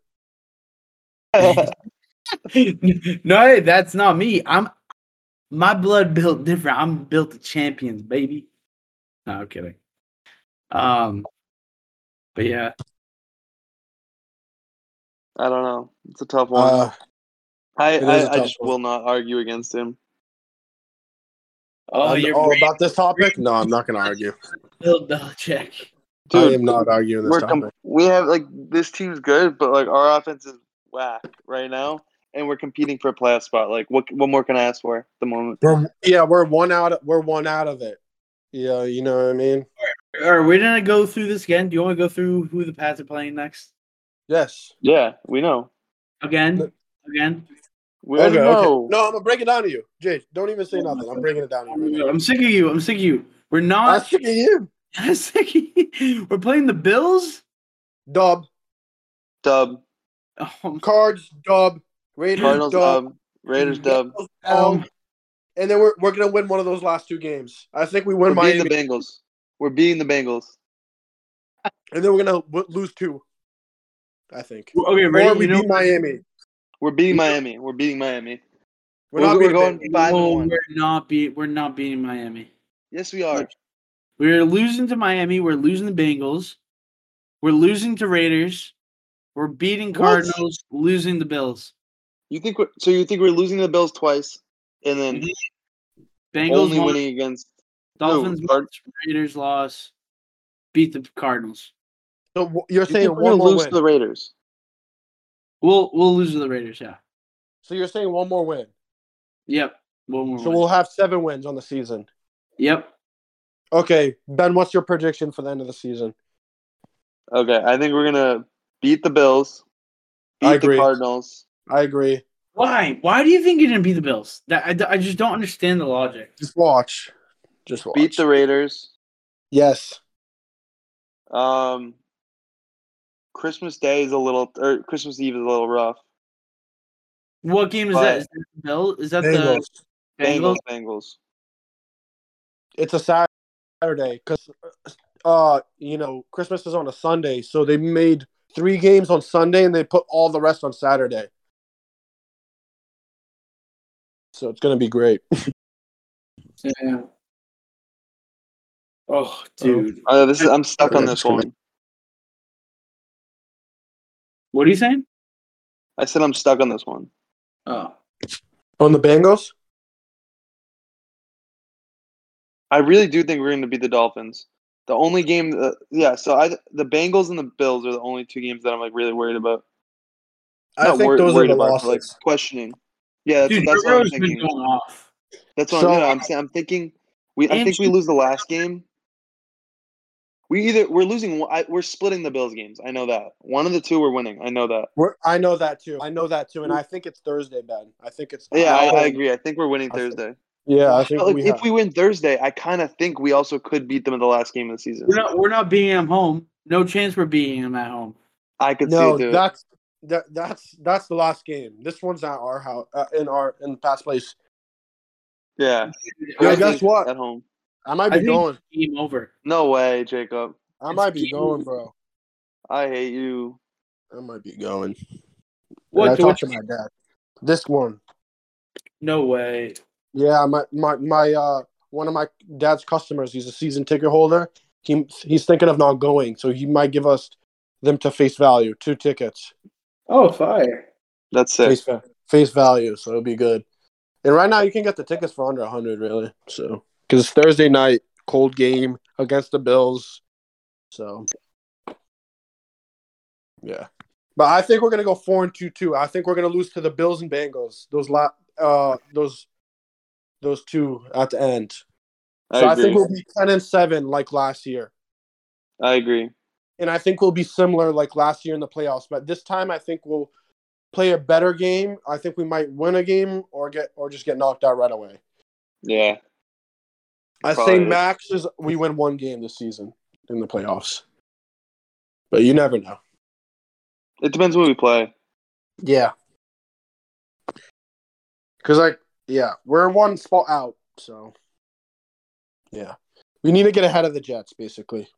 [LAUGHS] no, that's not me. I'm my blood built different. I'm built to champions, baby. No, I'm kidding. Um, but yeah, I don't know. It's a tough one. Uh, I, it is I, a I tough just one. will not argue against him. oh, I'm you're all great. about this topic? No, I'm not going to argue. Bill [LAUGHS] Belichick. I Dude, am not arguing this we're topic. com- we have like this team's good, but like our offense is whack right now, and we're competing for a playoff spot. Like, what what more can I ask for at the moment? We're, yeah, we're one out. We're one out of it. Yeah, you know what I mean. All right, we're gonna go through this again. Do you want to go through who the Pats are playing next? Yes. Yeah, we know. Again, No. again. We already know. No, I'm gonna break it down to you, Jay. Don't even say nothing. I'm breaking it down to you. Right now. I'm sick of you. I'm sick of you. We're I'm not. sick of you, [LAUGHS] I'm sick of you. We're playing the Bills. Dub. Dub. Oh, Cards, dub. Raiders, Cardinals dub. dub. Raiders dub. Um, Um, and then we're, we're gonna win one of those last two games. I think we win We're beating Miami, the Bengals. We're beating the Bengals. and then we're gonna w- lose two. I think. okay, Or ready? we You know, beat Miami. We're beating Miami. We're beating Miami. We're We're- not we're beating going- Miami. five and no, one. we're not beat. We're not beating Miami. Yes, we are. We're losing to Miami. We're losing the Bengals. We're losing to Raiders. We're beating What? Cardinals. Losing the Bills. You think we're, so? You think we're losing the Bills twice, and then Bengals only won, winning against Dolphins no, won, Card- Raiders lost. Beat the Cardinals. So w- you're You saying think we're one gonna more lose win. to the Raiders? We'll we'll lose to the Raiders. Yeah. So you're saying one more win. Yep. One more. So win. we'll have seven wins on the season. yep. Okay, Ben, what's your prediction for the end of the season? Okay, I think we're gonna beat the Bills, I beat the agree. Cardinals. I agree. Why? Why do you think you're gonna beat the Bills? That I, I just don't understand the logic. Just watch. Just watch. beat the Raiders. yes. Um, Christmas Day is a little, or Christmas Eve is a little rough. What game is Why? that? Is that the Bill? Is that Bengals. the Bengals? Bengals, Bengals. It's a Sat- Saturday because, uh, you know, Christmas is on a Sunday, so they made three games on Sunday and they put all the rest on Saturday. So it's gonna be great. Yeah. Oh, dude. Uh, this is, I'm stuck on this one. What are you saying? I said I'm stuck on this one. Oh. on the Bengals, I really do think we're gonna beat the Dolphins. The only game, that, yeah. So I, the Bengals and the Bills are the only two games that I'm like really worried about. I Not think wor- those are worried the about, losses. but, like questioning. Yeah, that's, Dude, that's what your I'm has been thinking. going off. That's what So- I'm, yeah, I'm saying. I'm thinking we. I think we Andrew- lose the last game. We either we're losing. one- I, we're splitting the Bills games. I know that one of the two we're winning. I know that. We're, I know that too. I know that too, and I think it's Thursday, Ben. I think it's Yeah, I, I agree. I think we're winning I think- Thursday. Yeah, I think But like, we if have. we win Thursday, I kind of think we also could beat them in the last game of the season. We're not we're not beating them home. No chance we're beating them at home. I could No, see it. Dude. that's that, that's that's the last game. This one's not our house uh, in our in past place. yeah. Yo, I guess think what? At home. I might I think- be going. Game over. No way, Jacob. I it's might be game. going, bro. I hate you. I might be going. What? I what talked to my dad. This one. no way. Yeah, my my my uh one of my dad's customers. He's a season ticket holder. He he's thinking of not going, so he might give us them to face value, two tickets, Oh, fire. That's sick. face va- face value. So it'll be good. And right now, you can get the tickets for under hundred, really. So because it's Thursday night, cold game against the Bills. So yeah, but I think we're gonna go four and two two. I think we're gonna lose to the Bills and Bengals. Those lot, uh, those those two at the end. So I, I agree. think we'll be ten and seven like last year, I agree. and I think we'll be similar like last year in the playoffs. But this time, I think we'll play a better game. I think we might win a game or get or just get knocked out right away. Yeah. I Probably. say max is we win one game this season in the playoffs, but you never know. It depends when we play. Yeah, because like yeah, we're one spot out, so yeah, we need to get ahead of the Jets basically.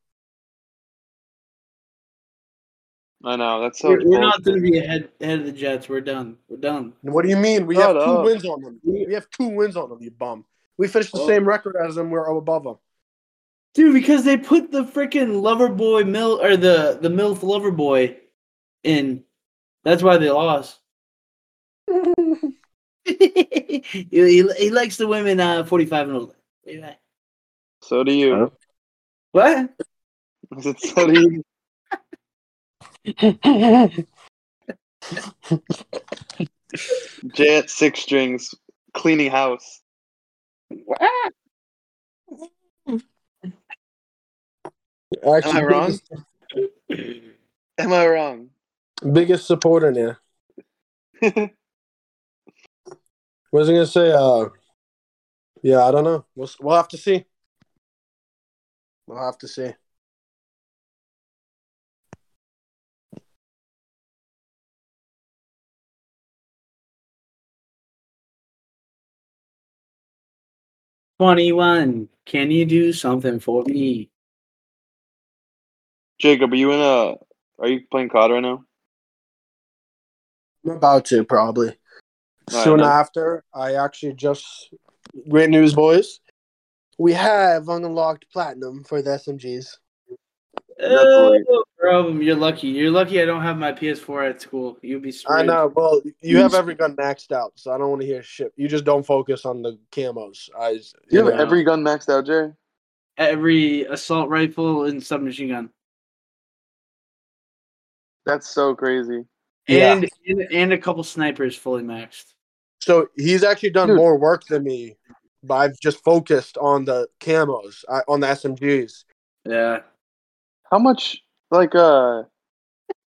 I know that's so. We're, we're not bullshit. going to be ahead, ahead of the Jets. We're done. We're done. What do you mean? We Shut have two up. wins on them. We we have two wins on them. You bum. We finished the Oh. same record as them. We're above them. Dude, because they put the freaking lover boy mil or the the milf lover boy in. That's why they lost. [LAUGHS] he, he, he likes the women uh, 45 and older. Yeah. So do you. Huh? What? I said, [LAUGHS] so do you. Jet six strings cleaning house. Actually, Am I wrong? biggest- Am I wrong? Biggest supporter [LAUGHS] now. What was I gonna say? Uh, yeah, I don't know. We'll s- we'll have to see. We'll have to see. [CLEARS THROAT] Twenty-one. Can you do something for me? Jacob, are you in a? Are you playing COD right now? I'm about to probably. All Soon right, then. after, I actually just great news, boys. We have unlocked platinum for the SMGs. That's right. Oh, problem. You're lucky. You're lucky. I don't have my PS4 at school. You'd be. Screwed. I know. Well, you Yes. have every gun maxed out, so I don't want to hear shit. You just don't focus on the camos. I, you Do you have Yeah. every gun maxed out, Jerry? Every assault rifle and submachine gun, That's so crazy. Yeah. and, and and a couple snipers fully maxed. So he's actually done Dude. more work than me, but I've just focused on the camos, I, on the SMGs. Yeah. How much like uh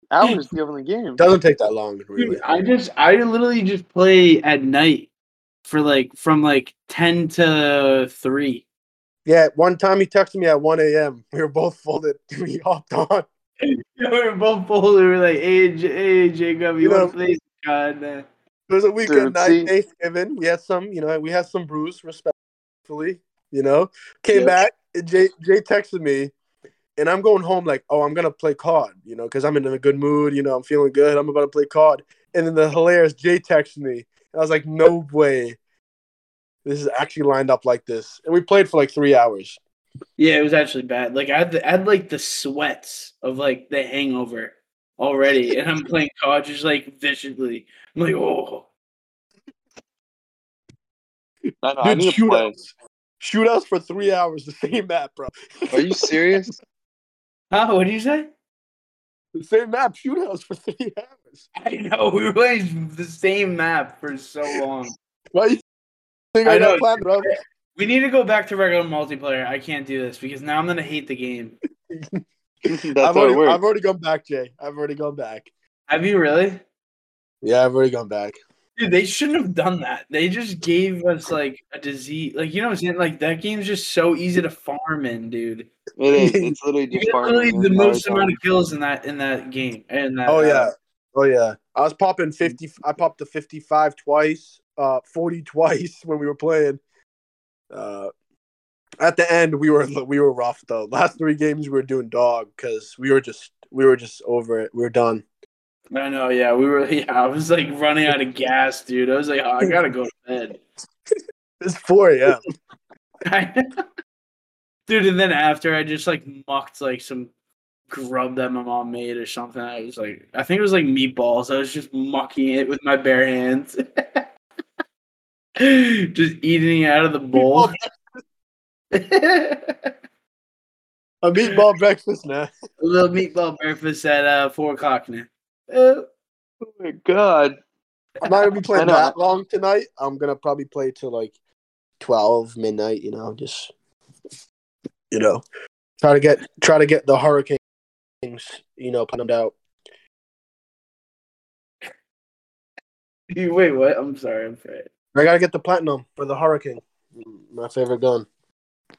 hours do you have in the game? Doesn't take that long, really. Dude, I just I literally just play at night for like from like ten to three. [LAUGHS] Yeah, one time he texted me at 1 a.m. We were both folded. [LAUGHS] We hopped on. we were both bold. We were like, "Hey, J- hey Jacob, you You want to know- play?" God, uh, It was a weekend Dude, see- night, Thanksgiving. We had some, you know, we had some brews, respectfully, you know. Came Yeah. back, and Jay, Jay texted me, and I'm going home like, oh, I'm going to play COD, you know, because I'm in a good mood, you know, I'm feeling good. I'm about to play COD. And then the hilarious Jay texted me. I was like, no way. This is actually lined up like this. And we played for like three hours. yeah, it was actually bad. Like I had, the, I had like the sweats of like the hangover already, and I'm playing COD just like viciously. I'm like, oh, I, know, Oh, I need to play. shootouts. Shootouts for three hours, the same map, bro. Are you serious? huh? What do you say? [LAUGHS] The same map, shootouts for three [LAUGHS] hours. I know we were playing the same map for so long. Why you think I I, know. got platinum, bro? We need to go back to regular multiplayer. I can't do this because now I'm gonna hate the game. [LAUGHS] That's I've how already, it works. I've already gone back, Jay. I've already gone back. Have you really? Yeah, I've already gone back. Dude, they shouldn't have done that. They just gave us like a disease. Like you know what I'm saying? Like that game's just so easy to farm in, dude. It is. It's literally You just get farming literally and the most everything. amount of kills in that in that game. In that, Oh uh, yeah, oh yeah. I was popping fifty. I popped the fifty-five twice, uh, forty [LAUGHS] twice when we were playing. Uh, at the end, we were we were rough though. Last three games, we were doing dog because we were just we were just over it. We were done. uh, I know. Yeah, we were. [LAUGHS] Yeah, I was like running out of gas, dude. I was like, oh, I gotta go to bed. It's four a.m. [LAUGHS] I know. dude, and then after I just like mucked like some grub that my mom made or something. I was like, I think it was like meatballs. I was just mucking it with my bare hands. [LAUGHS] just eating it out of the bowl. [LAUGHS] A A meatball breakfast now. little meatball breakfast at uh, four o'clock now. Uh, Oh my god. I'm not gonna be I playing know. that long tonight. I'm gonna probably play till like twelve midnight. You know, just you know, try to get try to get the hurricanes. You know, planned out. you- wait, what? I'm sorry. I'm sorry. I gotta get the platinum for the hurricane. My favorite gun.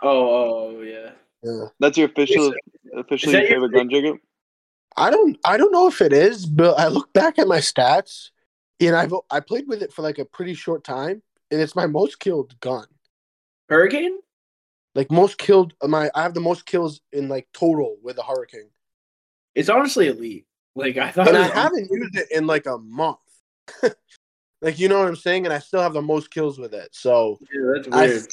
Oh, oh, yeah. Yeah. That's your official officially your that your favorite gun, Jacob? I don't I don't know if it is, but I look back at my stats, and I've I played with it for like a pretty short time, and it's my most killed gun. Hurricane? Like most killed, my I have the most kills in like total with the hurricane. It's honestly elite. Like I thought, And it I was- haven't used it in like a month. [LAUGHS] like you know what I'm saying? And I still have the most kills with it. So Yeah, that's I- weird.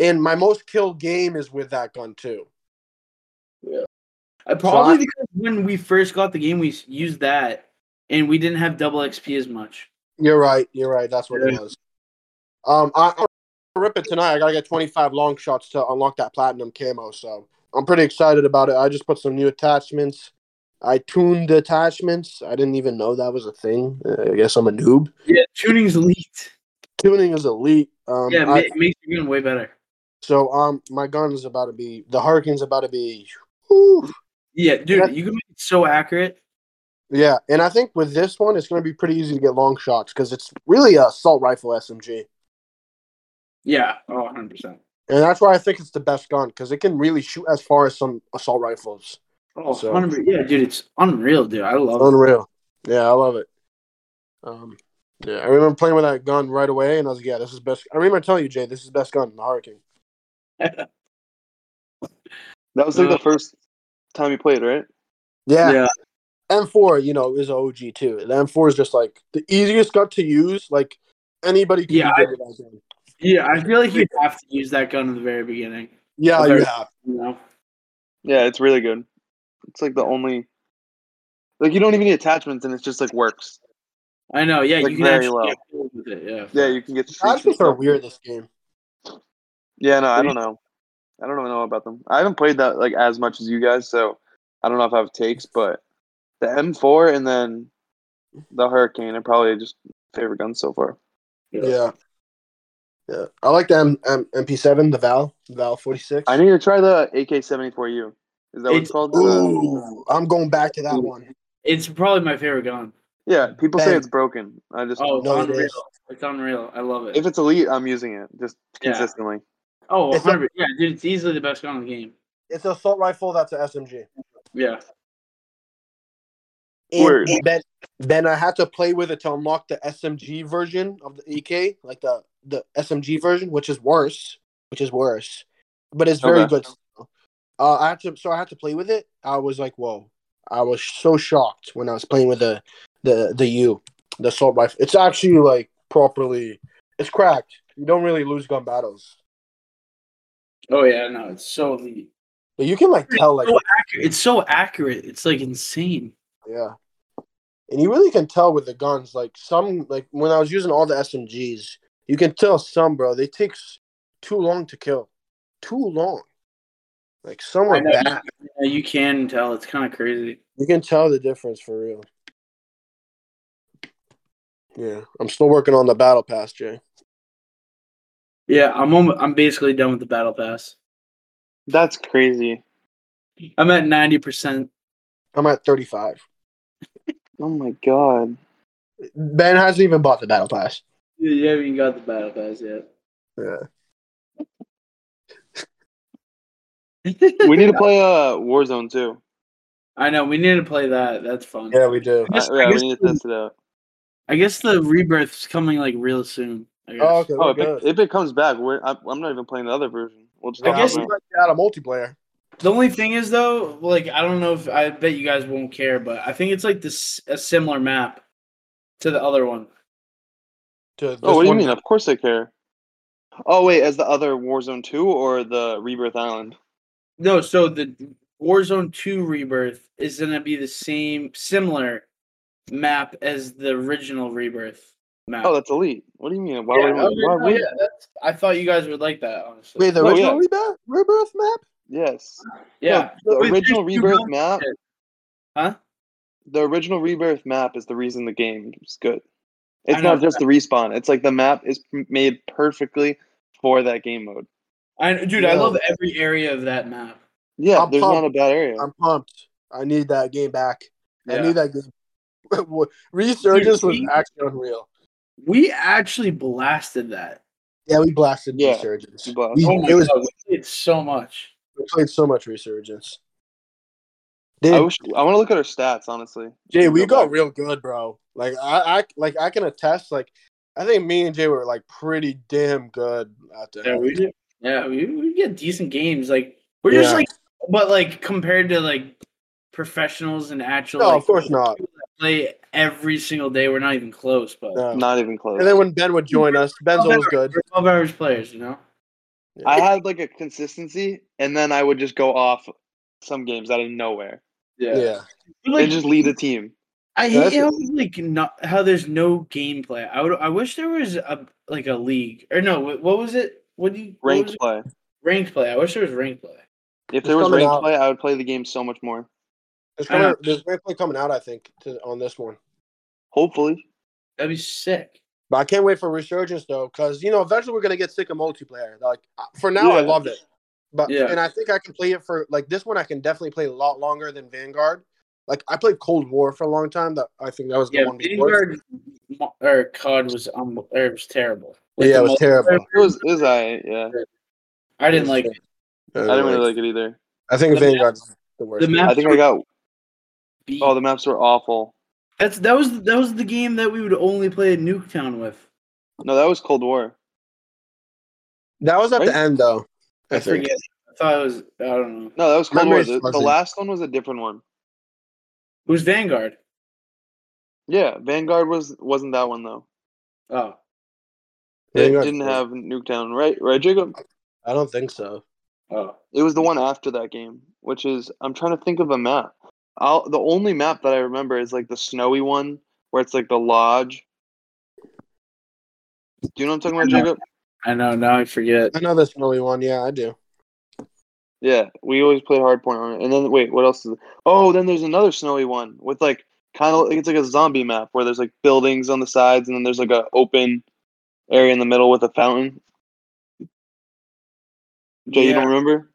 and my most kill game is with that gun too. I, Uh, probably because when we first got the game, we s- used that, and we didn't have double XP as much. You're right. You're right. That's what it Yeah. was. Um, I, I'm gonna rip it tonight. I gotta get 25 long shots to unlock that platinum camo. So I'm pretty excited about it. I just put some new attachments. I tuned the attachments. I didn't even know that was a thing. Uh, I guess I'm a noob. Yeah, tuning's elite. Tuning is elite. Um, yeah, it I- ma- makes your gun way better. so um, my gun is about to be the Hurricane's about to be. whew. Yeah, dude, Yeah. you can make it so accurate. yeah, and I think with this one, it's gonna be pretty easy to get long shots because it's really a assault rifle SMG. Yeah, oh, 100 percent. And that's why I think it's the best gun because it can really shoot as far as some assault rifles. Oh, So- 100 yeah, dude, it's unreal, dude. I love it. Unreal. Yeah, I love it. Um, yeah, I remember playing with that gun right away, and I was like, "Yeah, this is best." I remember telling you, Jay, this is best gun in the Hurricane. That was like Uh, the first time you played, right? Yeah, Yeah. M4, you know, is OG too. The M4 is just like the easiest gun to use. Like anybody can Yeah, get it as in. yeah, I feel like you have to use that gun in the very beginning. Yeah, Very- you have. You know, Yeah, it's really good. It's like the only like you don't even need attachments, and it's just like works. I know. Yeah, Like you can very actually low. get cool with it. Yeah, Yeah, you can get. streaks and Attachments are stuff. weird this game. Yeah, no, I don't know. I don't even know about them. I haven't played that like as much as you guys, so I don't know if I have takes. But the M4 and then the Hurricane are probably just favorite guns so far. Yeah. Yeah, yeah. I like the M- M- MP7, the Val, Val 46. I need to try the AK-74U. Is that what It's- it's called? The- Ooh, I'm going back to that one. it's probably my favorite gun. yeah, people say Bang. it's broken. I just Oh, it's No, it unreal. is. It's unreal. I love it. if it's elite, I'm using it just Yeah. consistently. oh, it's a- 100. yeah, dude, it's easily the best gun in the game. It's an assault rifle that's an SMG. Yeah. And Word. Then, then I had to play with it to unlock the SMG version of the EK, like the, the SMG version, which is worse, which is worse, but it's very Okay. good. still. Uh, I had to, so I had to play with it. I was like, whoa! I was so shocked when I was playing with the the the U, the assault rifle. It's actually like properly, it's cracked. You don't really lose gun battles, Oh yeah, no, it's so elite. but you can like tell like so accurate. It's so accurate. It's like insane. Yeah. And you really can tell with the guns, like some, like when I was using all the SMGs, you can tell some, bro, they take s- too long to kill. Too long. Like some I are know, bad. Yeah, you can tell. It's kind of crazy. You can tell the difference for real. Yeah. I'm still working on the battle pass, Jay. Yeah, I'm almost, I'm basically done with the battle pass. That's crazy. I'm at 90 percent. I'm at 35. Oh my god. Ben hasn't even bought the battle pass. You haven't even got the battle pass [LAUGHS] yet. We [LAUGHS] need to play uh Warzone too. I know. We need to play that. That's fun. Yeah, we do. I guess- Uh, yeah, I we guess- need to test it out. I guess the rebirth's coming like real soon. I guess. Oh, okay. Oh, we're if it, good. if it comes back, we're, I, I'm not even playing the other version. We'll just. I Nah, guess we you- might add a multiplayer. The only thing is though, like I don't know if I bet you guys won't care, but I think it's like this a similar map to the other one. To this Oh, what do you one. mean? Of course I care. Oh wait, as the other Warzone Two or the Rebirth Island? No, so the Warzone 2 Rebirth is going to be the same similar map as the original Rebirth map. Oh, that's elite. What do you mean? Why Yeah, would okay, why no, would yeah, that's- I thought you guys would like that, honestly. Wait, the Oh, original yeah. Rebirth, Rebirth map? yes? yeah. No, the Wait, original there's two Rebirth guns map. there. Huh? The original Rebirth map is the reason the game is good. I It's know not just the respawn. It's like the map is m- made perfectly for that game mode. I, dude, I Yeah. love every area of that map. Yeah, I'm there's not a pumped. bad area. I'm pumped. I need that game back. I Yeah. need that [LAUGHS] game. Resurgence was Dude, we- actually unreal. We actually blasted that. Yeah, we blasted Yeah, Resurgence. we blasted. We- Oh my it was god, we did so much. we played so much Resurgence. Dude, I wish I want to look at our stats. Honestly, Jay, we go got back. real good, bro. Like I, I, like I can attest. Like I think me and Jay were like pretty damn good out there. Yeah, we do. Yeah, we, we get decent games. Like we're just Yeah. like, but like compared to like professionals and actual No, like, of course not. play every single day. We're not even close, but No. Not even close. And then when Ben would join us, Ben's always good. we're above average players, you know. I had like a consistency, and then I would just go off some games out of nowhere Yeah. But, like, and just lead the team. I Yeah, hate that's- how like not how there's no gameplay. I would I wish there was a like a league or no wh- what was it? What do you what Ranked was it? play. ranked play? I wish there was ranked play. If there It's was coming ranked out. play, I would play the game so much more. There's, I know. coming, there's definitely coming out, I think, to, on this one. Hopefully, That'd be sick. But I can't wait for Resurgence though, because you know eventually we're gonna get sick of multiplayer. Like I- for now, I Yeah. loved it, but Yeah. and I think I can play it for like this one. I can definitely play a lot longer than Vanguard. Like I played Cold War for a long time. That I think that was the Yeah, one before. Vanguard mo- or COD was um or it was terrible. Like, yeah, the it was mul- terrible. it was. It was I. Yeah, I didn't like it. I didn't really like it either. I think The Vanguard's the worst. The map. I think I got. beat. Oh, the maps were awful. That's that was that was the game that we would only play at Nuketown with. No, that was Cold War. that was at Right? the end though. I, I think. forget. I thought it was I don't know. No, that was Cold Memory's War. The, the fuzzy. last one was a different one. It was Vanguard. Yeah, Vanguard was wasn't that one though. Oh. It Vanguard's didn't the- have Nuketown, right? Right, Jacob. I don't think so. Oh. It was the one after that game, which is I'm trying to think of a map. I'll, the only map that I remember is like the snowy one where it's like the lodge. Do you know what I'm talking about, Yeah. Jacob? I know, now I forget. I know this only one. Yeah, I do. Yeah, we always play hardpoint on it. And then wait, what else is? Oh, then there's another snowy one with like kind of it's like a zombie map where there's like buildings on the sides and then there's like a open area in the middle with a fountain. Jay, you Yeah. don't remember?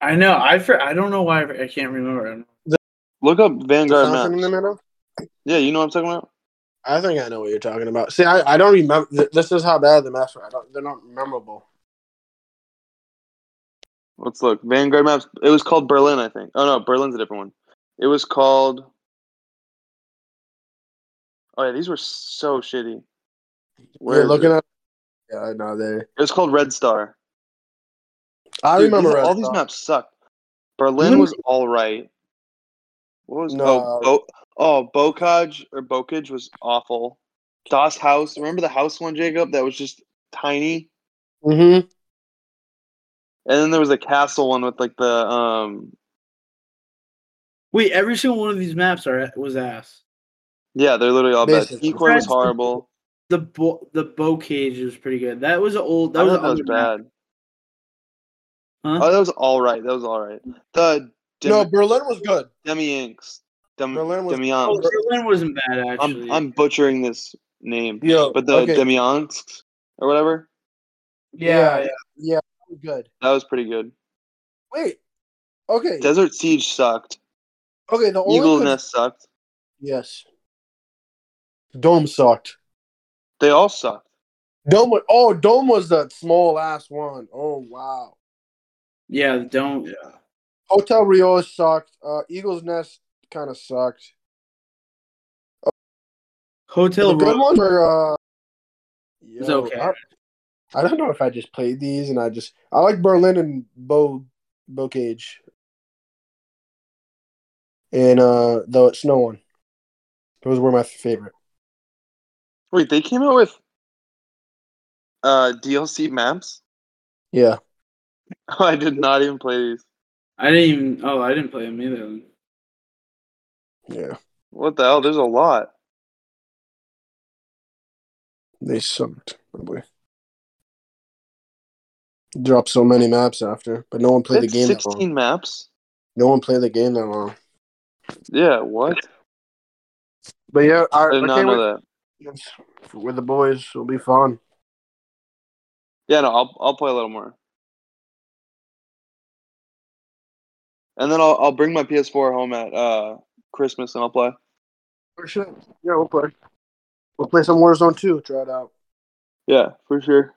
I know. I for, I don't know why I I can't remember. Look up Vanguard Something in the maps. middle. Yeah, you know what I'm talking about. I think I know what you're talking about. See, I, I don't remember. th- This is how bad the maps were. I don't, they're not memorable. Let's look. Vanguard maps. It was called Berlin, I think. Oh no, Berlin's a different one. It was called. Oh yeah, these were so shitty. Where We're is looking it? at. Yeah, I know they. It was called Red Star. I Dude, these- remember all these maps sucked. Berlin Remember- was all right. What was oh, No. Bo- oh Bocage or Bocage was awful. Das House, remember the house one, Jacob? That was just tiny. Mm-hmm. And then there was a castle one with like the um Wait, every single one of these maps are was ass. yeah, they're literally all bad. Basically. Ecor was Fred's- horrible. The bo- the bow cage was pretty good. That was an old. That I was, thought an that was older map, bad. Huh? Oh, that was all right. That was all right. The Demi, no, Berlin was good. Demi Inks. Dem- Berlin was- Oh, Demianx. Berlin wasn't bad actually. I'm I'm butchering this name, Yo, but the Demianx or whatever yeah, yeah. yeah. yeah, good. that was pretty good. Wait, okay, Desert Siege sucked. okay. The only Eagle's con- Nest sucked. yes, Dome sucked. They all sucked. Dome. wa- Oh, Dome was that small ass one. Oh wow. yeah. Don't. Hotel Rio sucked. Uh, Eagles Nest kind of sucked. Hotel the good Royal. ones were. Uh, It's yo, okay. I, I don't know if I just played these, and I just I like Berlin and Bo Bo Cage, and uh the Snow one. Those were my favorite. Wait, they came out with uh DLC maps? [LAUGHS] Yeah, I did not even play these. I didn't even. Oh, I didn't play them either. yeah, What the hell? There's a lot. they sucked. Probably dropped so many maps after, but no one played the That's game that long. Sixteen maps. No one played the game that long. Yeah. What? But yeah, I, I did not know that. with the boys. It'll be fun. Yeah. No. I'll I'll play a little more. And then I'll I'll bring my PS4 home at uh Christmas and I'll play. For sure. Yeah, we'll play. We'll play some Warzone 2. Try it out. Yeah, for sure.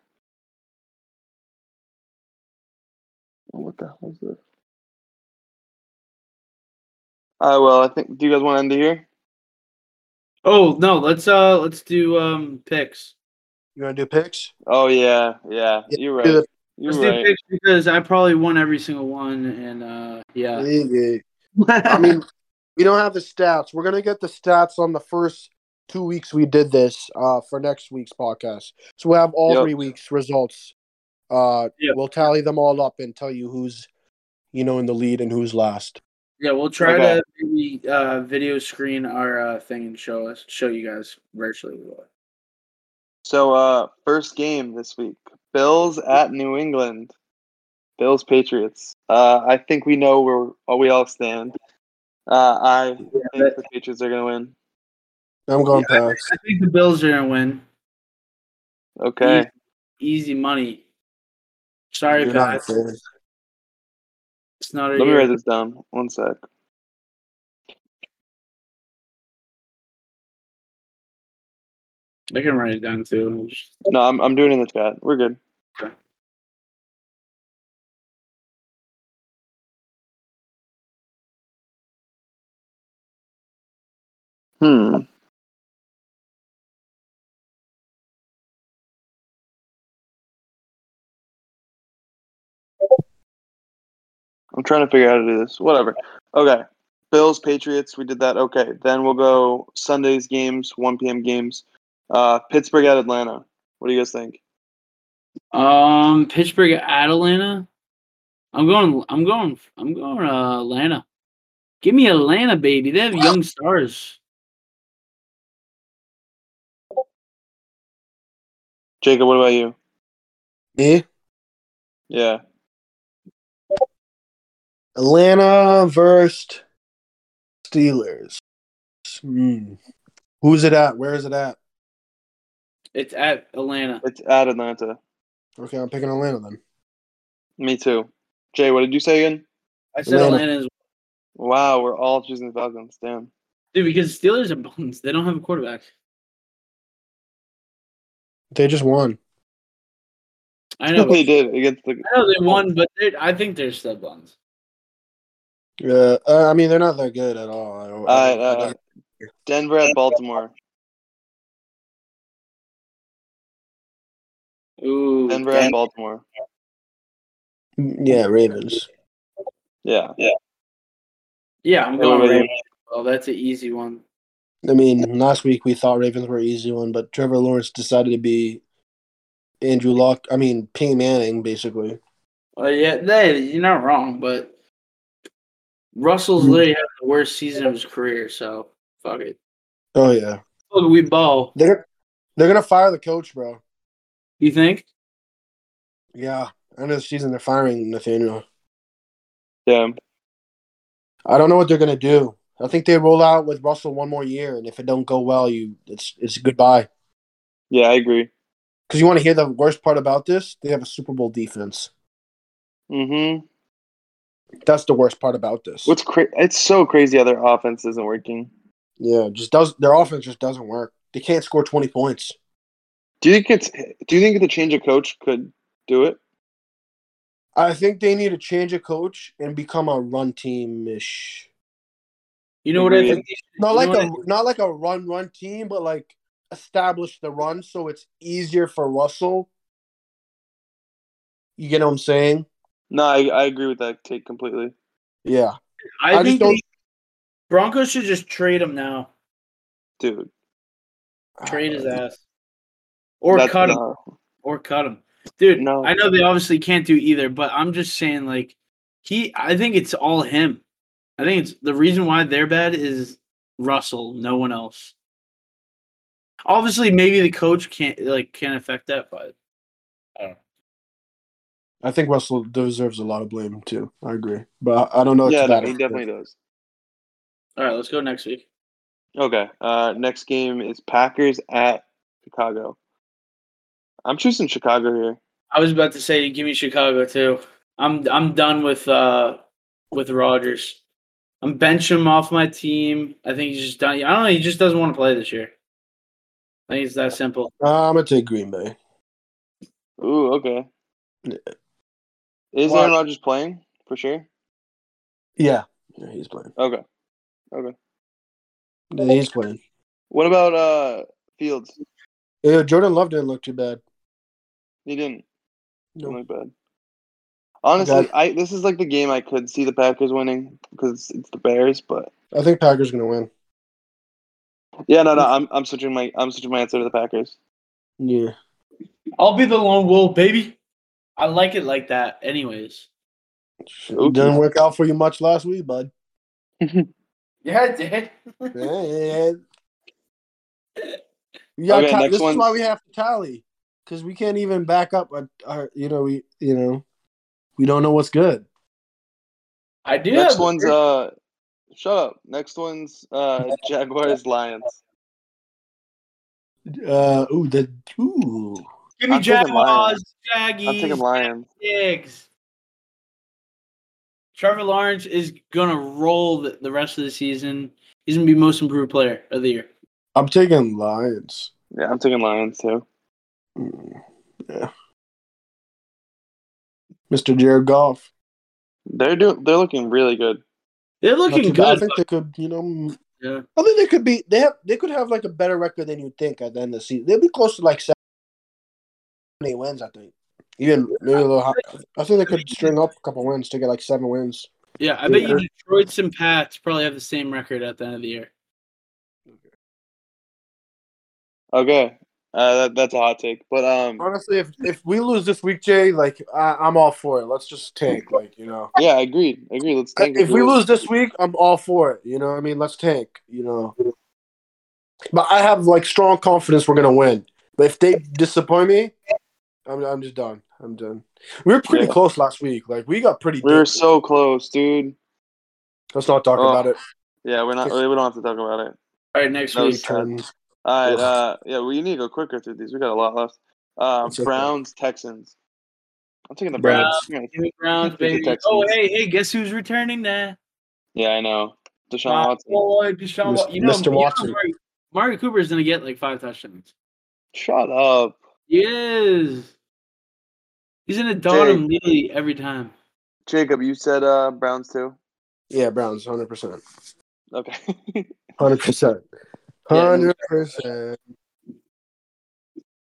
Oh, What the hell is this? I well, I think. Do you guys want to end it here? Oh no, let's uh let's do um picks. You want to do picks? Oh yeah, yeah. Yeah, You're do right. the- You're let's do right. picks because I probably won every single one, and uh yeah. Yeah, yeah. I mean, [LAUGHS] We don't have the stats. We're gonna get the stats on the first two weeks we did this uh, for next week's podcast. So we'll have all Yep. three weeks' results. Uh, Yep. We'll tally them all up and tell you who's, you know, in the lead and who's last. Yeah, we'll try Okay. to maybe uh, video screen our uh, thing and show us, show you guys virtually what. So, uh, first game this week Bills at New England. Bills Patriots. Uh, I think we know where all we all stand. Uh, I think that- the Patriots are going to win. I'm going Yeah, Pats. I think the Bills are gonna win. Okay. Easy money. Sorry, You're not Pat. kidding. It's not a Let me year. write this down. One sec. I can write it down too. Just- No, I'm, I'm doing it in the chat. We're good. Hmm. I'm trying to figure out how to do this. Whatever. Okay. Bills, Patriots, we did that. Okay. Then we'll go Sunday's games, 1 p.m. games. Uh, Pittsburgh at Atlanta. What do you guys think? Um, Pittsburgh at Atlanta. I'm going. I'm going. I'm going. Uh, Atlanta. Give me Atlanta, baby. They have young stars. Jacob, what about you? Me? Yeah. Atlanta versus Steelers. Hmm. Who's it at? Where is it at? It's at Atlanta. It's at Atlanta. Okay, I'm picking Atlanta then. Me too. Jay, what did you say again? I said Atlanta. Atlanta is Wow, we're all choosing the Falcons. Damn. dude because Steelers are bones. They don't have a quarterback. They just won. I [LAUGHS] know. they I did against the. know they won, but they're- I think they're still bones. Yeah, uh, I mean they're not that good at all. I don't, I Uh, don't- I uh, don't- Denver at Baltimore. Ooh, Denver dang. at Baltimore. yeah, Ravens. Yeah. Yeah, I'm Hey, what going. about you? Ravens. Well, that's an easy one. I mean, last week we thought Ravens were an easy one, but Trevor Lawrence decided to be Andrew Luck. I mean, Peyton Manning, basically. Well, yeah, they, you're not wrong, but Russell's Hmm. literally had the worst season of his career. So fuck it. Oh yeah, Look, we ball. they're they're gonna fire the coach, bro. You think? Yeah, end of the season they're firing Nathaniel. Damn. I don't know what they're gonna do. I think they roll out with Russell one more year, and if it don't go well, you it's it's goodbye. Yeah, I agree. Because you want to hear the worst part about this? They have a Super Bowl defense. Mm hmm. That's the worst part about this. What's cra- It's so crazy how their offense isn't working. Yeah, it just does their offense just doesn't work. They can't score twenty points. Do you think it's. Do you think the change of coach could do it? I think they need to change a coach and become a run team ish. You know what I Agreed. think? they should- Not you like know what a I- not like a run run team, but like establish the run so it's easier for Russell. You get what I'm saying? No, I, I agree with that take completely. Yeah. I, I just think don't- they- Broncos should just trade him now. Dude. Trade his ass, or Ah. that's cut him, not- or cut him, dude. No. I know they obviously can't do either, but I'm just saying, like, he. I think it's all him. I think it's the reason why they're bad is Russell, no one else. Obviously, maybe the coach can't like can't affect that, but I don't know. I think Russell deserves a lot of blame too. I agree. But I I don't know Yeah, to no, that he extent. definitely does. All right, let's go next week. Okay. Uh, next game is Packers at Chicago. I'm choosing Chicago here. I was about to say, give me Chicago too. I'm I'm done with uh with Rogers. I'm benching him off my team. I think he's just done. I don't know. He just doesn't want to play this year. I think it's that simple. Uh, I'm gonna take Green Bay. Ooh, okay. Yeah. Is Why? Aaron Rodgers playing for sure? Yeah. Yeah, he's playing. Okay. Yeah, he's playing. What about uh Fields? Yeah, Jordan Love didn't look too bad. He didn't. No. Not bad. Honestly, Okay. I this is like the game I could see the Packers winning because it's, it's the Bears. But I think Packers gonna win. yeah, no, no, I'm I'm switching my I'm switching my answer to the Packers. Yeah. I'll be the lone wolf, baby. I like it like that. Anyways. Okay. Didn't work out for you much last week, bud. Yeah, it did. Yeah. Yeah, Okay, next this one. is why we have to tally because we can't even back up our, our, you know, we, you know, we don't know what's good. I do. Next have- one's uh, shut up. Next one's uh, Jaguars Lions. Uh, ooh, the ooh, Give me I'm taking Jaguars, Lions. I'm taking Jaggies, Lions. Jags. Trevor Lawrence is gonna roll the, the rest of the season. He's gonna be most improved player of the year. I'm taking Lions. Yeah, I'm taking Lions too. Mm, yeah, Mr. Jared Goff. They're doing. They're looking really good. They're Not looking too bad. I good. think they could, you know, Yeah. I think they could be. They have. They could have like a better record than you think at the end of the season. They'll be close to like seven, eight wins. I think. Even maybe a little. High. I think they could string up a couple wins to get like seven wins. Yeah, I bet you Yeah. Detroit's and Pats probably have the same record at the end of the year. Okay, uh, that, that's a hot take, but um, Honestly, if if we lose this week, Jay, like I, I'm all for it. Let's just tank, like you know. yeah, agreed, agreed. Let's tank If we lose this week, I'm all for it. You know, what I mean, let's tank. You know, but I have like strong confidence we're gonna win. But if they disappoint me, I'm I'm just done. I'm done. We were pretty Yeah. close last week. Like we got pretty. we were deep. so close, dude. Let's not talk Oh. about it. Yeah, we're not. We don't have to talk about it. All right, next No, week. it's- All right. Uh, yeah, we need to go quicker through these. We got a lot left. Uh, It's okay. Browns Texans. I'm taking the Browns. Yeah, Give me Browns, Give me baby. Texans. Oh, hey, hey, guess who's returning now? Yeah, I know. Deshaun Sean Watson. Deshaun Mis- Watson. You know, Mr. You know Watson. Mari- Mari Cooper is going to get like five touchdowns. Shut up. Yes. He's going to dawn Jake. him nearly every time. Jacob, you said uh Browns too. Yeah, Browns, hundred percent, Okay. [LAUGHS] hundred percent, Yeah, hundred percent.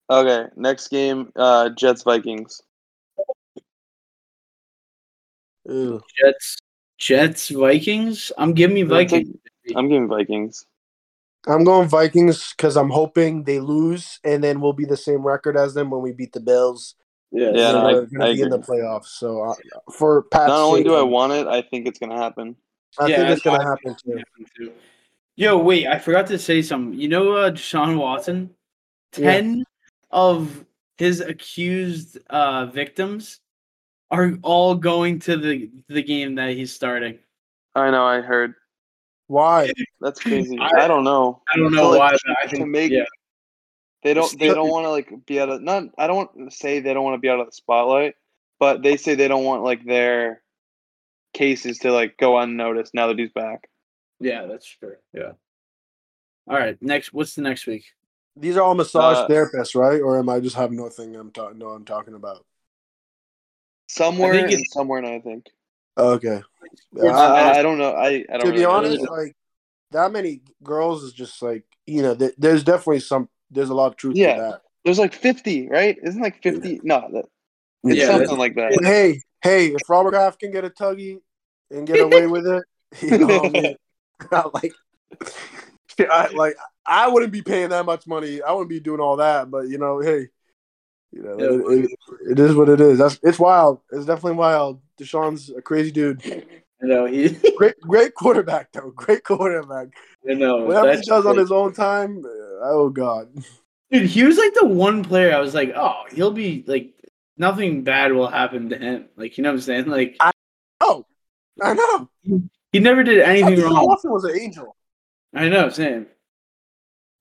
okay. Next game, uh Jets Vikings. Ew. Jets, Jets, Vikings. I'm giving me I'll take- Vikings. I'm giving Vikings. I'm going Vikings because I'm hoping they lose, and then we'll be the same record as them when we beat the Bills. Yeah, And no, I- we're gonna I be in the agree. playoffs. So uh, for Pat's Not only sake, do I I'm- want it, I think it's gonna happen. I Yeah, think it's I- gonna I- happen too. Yo, wait, I forgot to say something. You know, uh, Deshaun Watson, Yeah. 10 of his accused uh, victims are all going to the, the game that he's starting. I know, I heard. Why? That's crazy. I- [CLEARS THROAT] I, don't know. I don't So, know like, why, but I to think make- yeah. They don't they Still- don't wanna like be out of not I don't want to say they don't want to be out of the spotlight, but they say they don't want like their cases to like go unnoticed now that he's back. Yeah, that's true. Yeah. All right. Next, what's the next week? These are all massage Uh, therapists, right? Or am I just have nothing? I'm talking. No, I'm talking about. Somewhere think and it's- somewhere and I think. Okay. Sports Uh, I, I, I don't know. I, I don't to really be know. honest, like that many girls is just like you know. Th- there's definitely some. There's a lot of truth Yeah. to that. There's like 50, right? Isn't like 50? No, that, it's Yeah, something like that. But hey, hey, if Robert Kraft can get a tuggy and get away with it, [LAUGHS] you know, what I mean? [LAUGHS] I like, I, like [LAUGHS] I wouldn't be paying that much money. I wouldn't be doing all that. But you know, hey, you know, it, it, it is what it is. That's it's wild. It's definitely wild. Deshaun's a crazy dude. You know, he, [LAUGHS] Great, great quarterback though. Great quarterback. you know Whatever he Oh, that's does on crazy. his own time, uh, oh god. Dude, he was like the one player I was like, oh, he'll be like, nothing bad will happen to him. Like, you know what I'm saying? Like, I- Oh, I know. he never did anything Deshaun wrong. Watson was an angel. I know, same.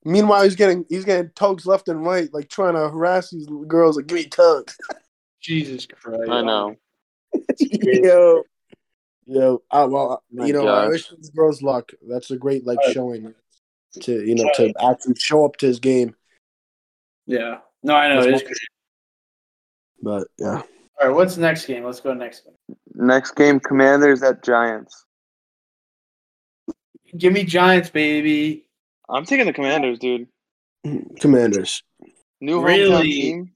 Meanwhile, he's getting he's getting tugs left and right, like trying to harass these little girls. Like, give me tugs. [LAUGHS] Jesus Christ. I know. yo, yo. I, well, My you know, I gosh. wish these girls luck. That's a great like Right. showing to you know to actually show up to his game. Yeah. No, I know. It is crazy. But yeah, All right. What's the next game? Let's go next one. Next game, Commanders at Giants. Give me Giants, baby. I'm taking the Commanders, dude. Commanders. New hometown Really? team.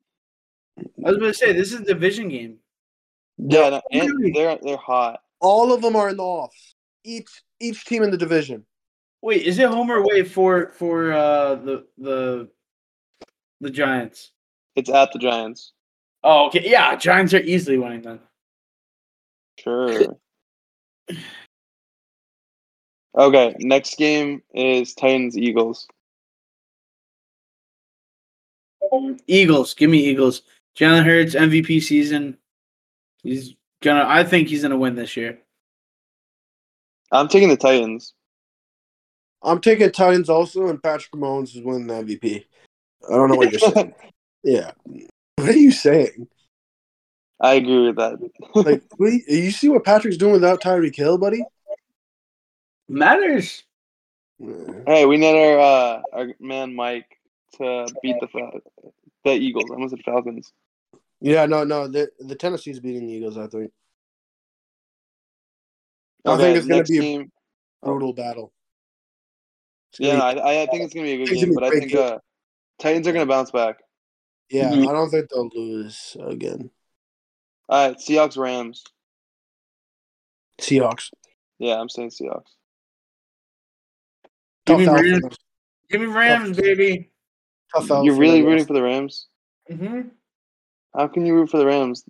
I was going to say, this is a division game. Yeah, no, and they're they're hot. All of them are in the offs. Each each team in the division. Wait, is it home or away for for uh, the the the Giants? It's at the Giants. Oh, okay. Yeah, Giants are easily winning then. Sure. Okay, next game is Titans Eagles. Eagles, give me Eagles. Jalen Hurts MVP season. He's gonna. I think he's gonna win this year. I'm taking the Titans. I'm taking Titans also, and Patrick Mahomes is winning the MVP. I don't know what you're saying. Yeah, what are you saying? I agree with that. Like, what do you, you see what Patrick's doing without Tyreek Hill, buddy? Matters. Yeah. Hey, we need our uh, our man Mike to beat the Fal- the Eagles. I almost said Falcons. Yeah, no, no. The the Tennessee's beating the Eagles. I think. I Okay, think it's going next to be a game. brutal battle. It's gonna Yeah, be- no, I, I think it's gonna be a good It's game, gonna but be I great think game. uh, Titans are gonna bounce back. yeah. Mhm. I don't think they'll lose again. All right, Seahawks Rams. Seahawks. Yeah, I'm saying Seahawks. Give Tough me out for Rams. them. Give me Rams, baby. Tough out You're for really them. rooting for the Rams? hmm How can you root for the Rams?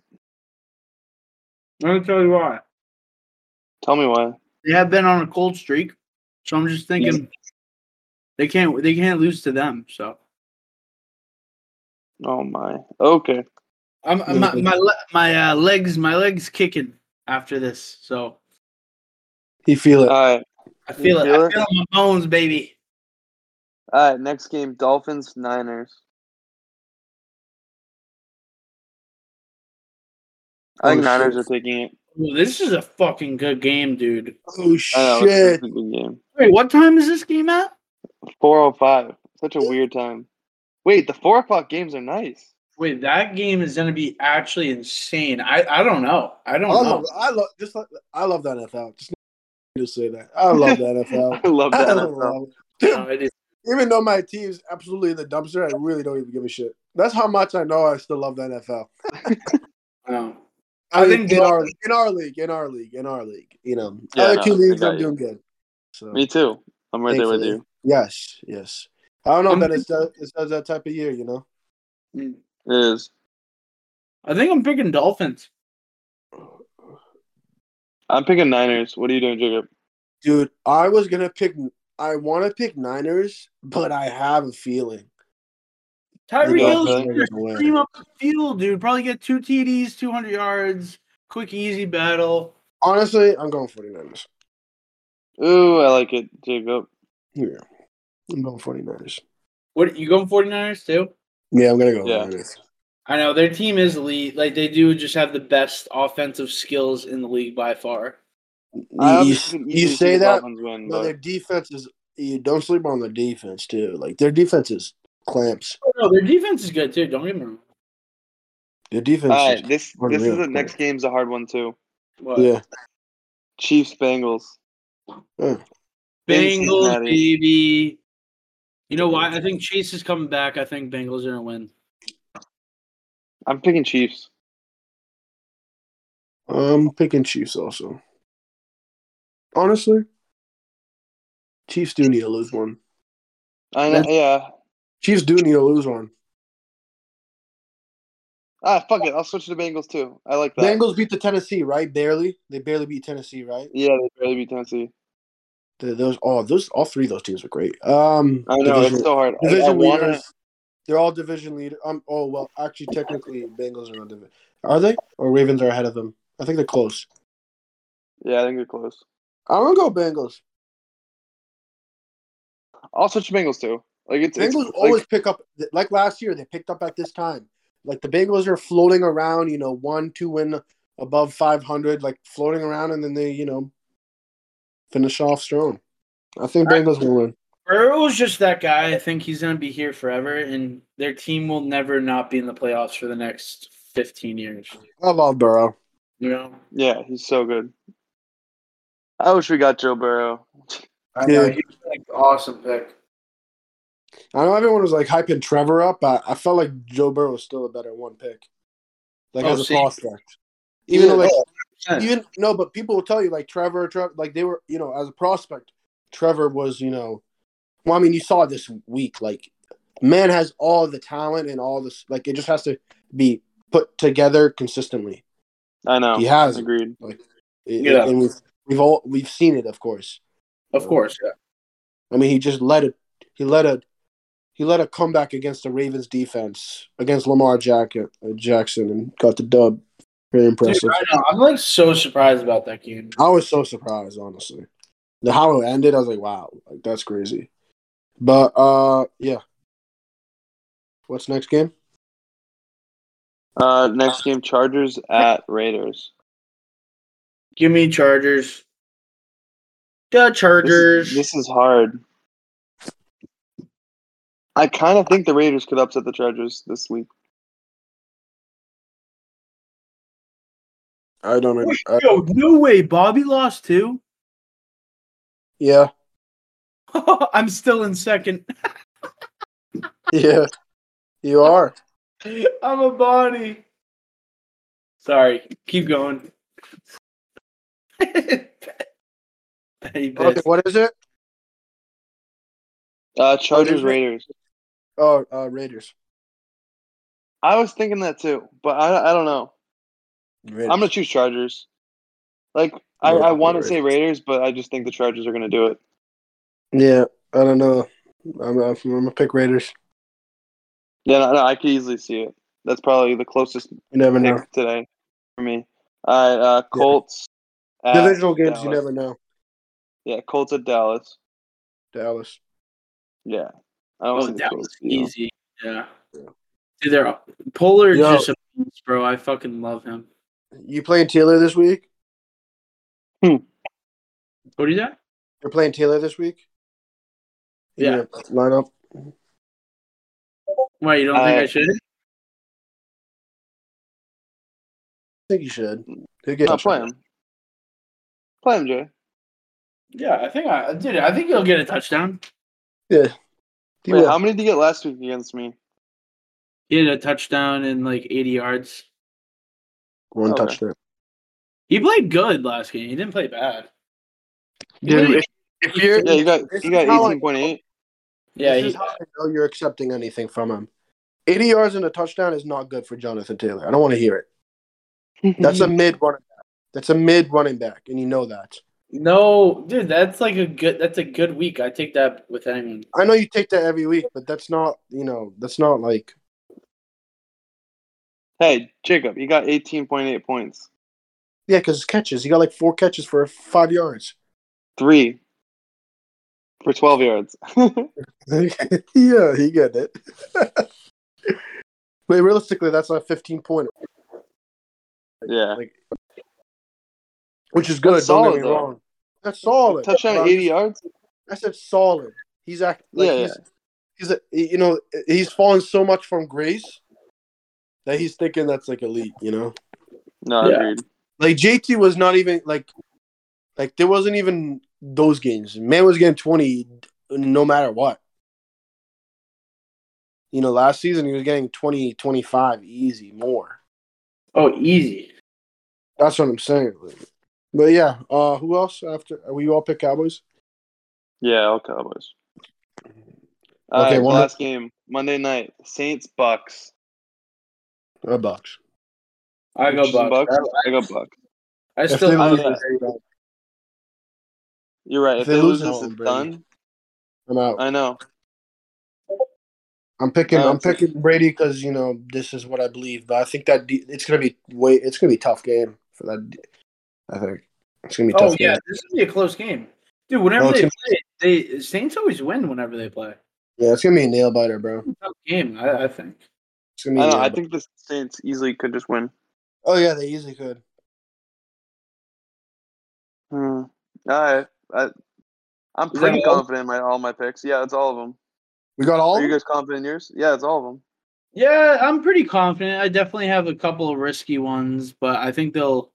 I'm gonna tell you why. Tell me why. They have been on a cold streak, so I'm just thinking they can't they can't lose to them. So Oh my. Okay. I'm, I'm- my my le- my uh, legs my legs kicking after this. So You feel All it. right. I feel it. feel I it? feel it in my bones, baby. All right. Next game: Dolphins Niners. I think Oh, Niners shit. are taking it. Ooh, this is a fucking good game, dude. Oh I know it's shit! a good game. Wait, what time is this game at? Four oh five. Such a weird time. Wait, the four o'clock games are nice. [LAUGHS] Wait, that game is gonna be actually insane. I I don't know. I I don't know. love, I love, just like, I love that NFL. Just need to say that. I love that [LAUGHS] NFL. I love I that. NFL. love No, it is- even though my team's absolutely in the dumpster, I really don't even give a shit. That's how much I know I still love the NFL. no. I, I mean, think in Dol- our in our league, in our league, in our league, you know, Yeah, other no, two leagues, I got I'm you. doing good. So Me too. I'm right there with Thankfully. you. yes, yes. I don't know I'm- that it's that, it's that- that type of year, you know. It is. I think I'm picking Dolphins. I'm picking Niners. What are you doing, Jacob? Dude, I was gonna pick. I want to pick Niners, but I have a feeling. Tyreek Yeah, Hill's I think gonna it's a win. stream up the field, dude. Probably get two TDs, 200 yards, quick, easy battle. Honestly, I'm going 49ers. Ooh, I like it, Jacob. Yeah, I'm going 49ers. What you going 49ers too? Yeah, I'm gonna go Yeah. 49ers. I know their team is elite. Like they do, just have the best offensive skills in the league by far. I You, obviously E could you easily see say the that, Dolphins win, No, but their defense is. You don't sleep on their defense too. Like their defense is clamps. Oh, no, their defense is good too. Don't get me wrong. Their defense. all right, is, this this Unreal. is the next game's a hard one too. What? yeah. Chiefs Bengals. In Bengals, Cincinnati. baby. You know why? I think Chase is coming back. I think Bengals are gonna win. I'm picking Chiefs. I'm picking Chiefs also. Honestly, Chiefs do need to lose one. I know, That's- yeah. Chiefs do need to lose one. Ah, fuck it. I'll switch to the Bengals too. I like that. Bengals beat the Tennessee, right? Barely. They barely beat Tennessee, right? Yeah, they barely beat Tennessee. Th- Those all those all three of those teams were great. Um, I know division, it's so hard. I- I, division wanna- leaders. They're all division leader. Um. Oh well, actually, technically, Bengals are not division. Are they? Or Ravens are ahead of them? I think they're close. Yeah, I think they're close. I'm gonna go Bengals. I'll switch to Bengals too. Like it's, it's Bengals like, always pick up like last year. They picked up at this time. Like the Bengals are floating around, you know, one, two win above five hundred, like floating around, and then they, you know, finish off strong. I think Bengals will win. Burrow's just that guy. I think he's gonna be here forever, and their team will never not be in the playoffs for the next 15 years. I love Burrow. You know, yeah, he's so good. I wish we got Joe Burrow. I know, Dude. he was like awesome pick. I know everyone was like hyping Trevor up, but I felt like Joe Burrow was still a better one pick, like Oh, as a see. prospect. Even though, Yeah. like [LAUGHS] Yeah. even no, but people will tell you like Trevor, Trevor, like they were, you know, as a prospect, Trevor was, you know, well, I mean, you saw this week, like man has all the talent and all this, like it just has to be put together consistently. I know. He has, it. Agreed. It- Yeah. and we've, we've all we've seen it, of course. Of course. Yeah. I mean, he just let it, he let a, he let a comeback against the Ravens defense against Lamar Jack, uh, Jackson and got the dub. Very impressive. Dude, I know. I'm like so surprised about that game. I was so surprised, honestly. The how it ended, I was like, wow, like that's crazy. But uh yeah. What's next game? Uh, next game, Chargers at Raiders. Give me Chargers. The This- Chargers. this is hard. I kind of think the Raiders could upset the Chargers this week. I don't know. Uh, I- Yo, no way. Bobby lost too. [LAUGHS] yeah. I'm still in second. Yeah. You are. I'm a body. Sorry. Keep going. Petty Okay, bitch. what is it? Uh, Chargers Ra- Raiders. Oh, uh Raiders. I was thinking that too, but I I don't know. Raiders. I'm gonna choose Chargers. Like I, Yeah, I want to Raiders. say Raiders, but I just think the Chargers are gonna do it. yeah, I don't know. I'm, I'm gonna pick Raiders. Yeah, no, no, I could easily see it. That's probably the closest You never know. pick today for me. All right, uh, Colts. at Divisional games, you Dallas. never know. Yeah, Colts at Dallas. Dallas. Yeah, I don't Oh, think the that was Colts, you know. easy. Yeah. Yeah. Dude, they're Polar Yo. just a beast, bro. I fucking love him. You playing Taylor this week? What do you got? You're playing Taylor this week? You Yeah. gonna Line up. Why you don't think Uh, I I- should? I think you should. He'll get No, play him. Play him, Jay. Yeah, I think I did. I think he'll get a touchdown. He Wait, will. how many did you get last week against me? He had a touchdown and like 80 yards. One Okay. touchdown. He played good last game. He didn't play bad. Dude, Dude, if, if you're Yeah, you got This you is got how I- eighteen point eight. Yeah, this he, is how I know you're accepting anything from him. 80 yards and a touchdown is not good for Jonathan Taylor. I don't want to hear it. [LAUGHS] That's a mid running back. That's a mid running back, and you know that. no, dude. That's like a good. That's a good week. I take that with anyone. I know you take that every week, but that's not, you know, that's not like Hey, Jacob, you got eighteen point eight points. yeah, because it's catches. He got like four catches for five yards. [LAUGHS] Three for twelve yards. [LAUGHS] yeah, he get it. [LAUGHS] Wait, realistically, that's a 15 pointer, yeah, which is good. That's don't solid, get me though. wrong. That's solid. touchdown But at I'm eighty yards. I said solid. He's act like Yeah, yeah. he's, he's a, you know he's fallen so much from grace that he's thinking that's like elite. You know, No, Yeah. agreed. like JT was not even like like there wasn't even those games. Man was getting twenty no matter what. You know, last season he was getting 20, 25 easy more. Oh, easy. That's what I'm saying. But yeah, uh, who else after? We all pick Cowboys. Yeah, all Cowboys. All Okay, right, one- last game Monday night Saints Bucks. Or Bucks. I go Interesting Bucks. I go Bucks. I, I If still. they I lose, don't- You're right. If, they, lose this, at it's home, done. I'm out. I know. I'm picking. Um, I'm picking Brady because you know this is what I believe. But I think that de- it's gonna be wait. It's gonna be a tough game for that. de- I think it's gonna be a tough. oh yeah, game. this will be a close game, dude. Whenever Oh, they it's play, they Saints always win. Whenever they play, yeah. It's gonna be a nail biter, bro. tough game. I, I think. It's gonna be. I a know. nail I biter. think the Saints easily could just win. Oh yeah, they easily could. Hmm. All right. I, I'm that pretty all? confident in my, all my picks. Yeah, it's all of them. We got all. Are you guys confident in yours? Yeah, it's all of them. Yeah, I'm pretty confident. I definitely have a couple of risky ones, but I think they'll.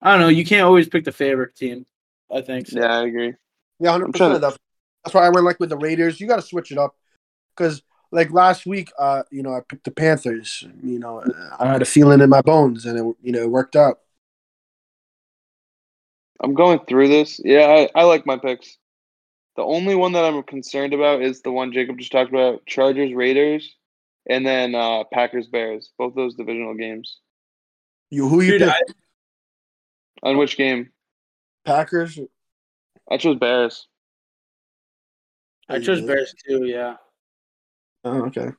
I don't know. You can't always pick the favorite team. I think. So. Yeah, I agree. yeah, hundred I'm trying to- percent. That's that's why I went like with the Raiders. You got to switch it up because like last week, uh, you know, I picked the Panthers. You know, I had a feeling in my bones, and it you know it worked out. I'm going through this. Yeah, I, I like my picks. The only one that I'm concerned about is the one Jacob just talked about: Chargers, Raiders, and then uh, Packers, Bears. Both those divisional games. You who you Dude, pick? I- On which game? Packers. I chose Bears. I chose Bears too. Yeah, Oh, okay.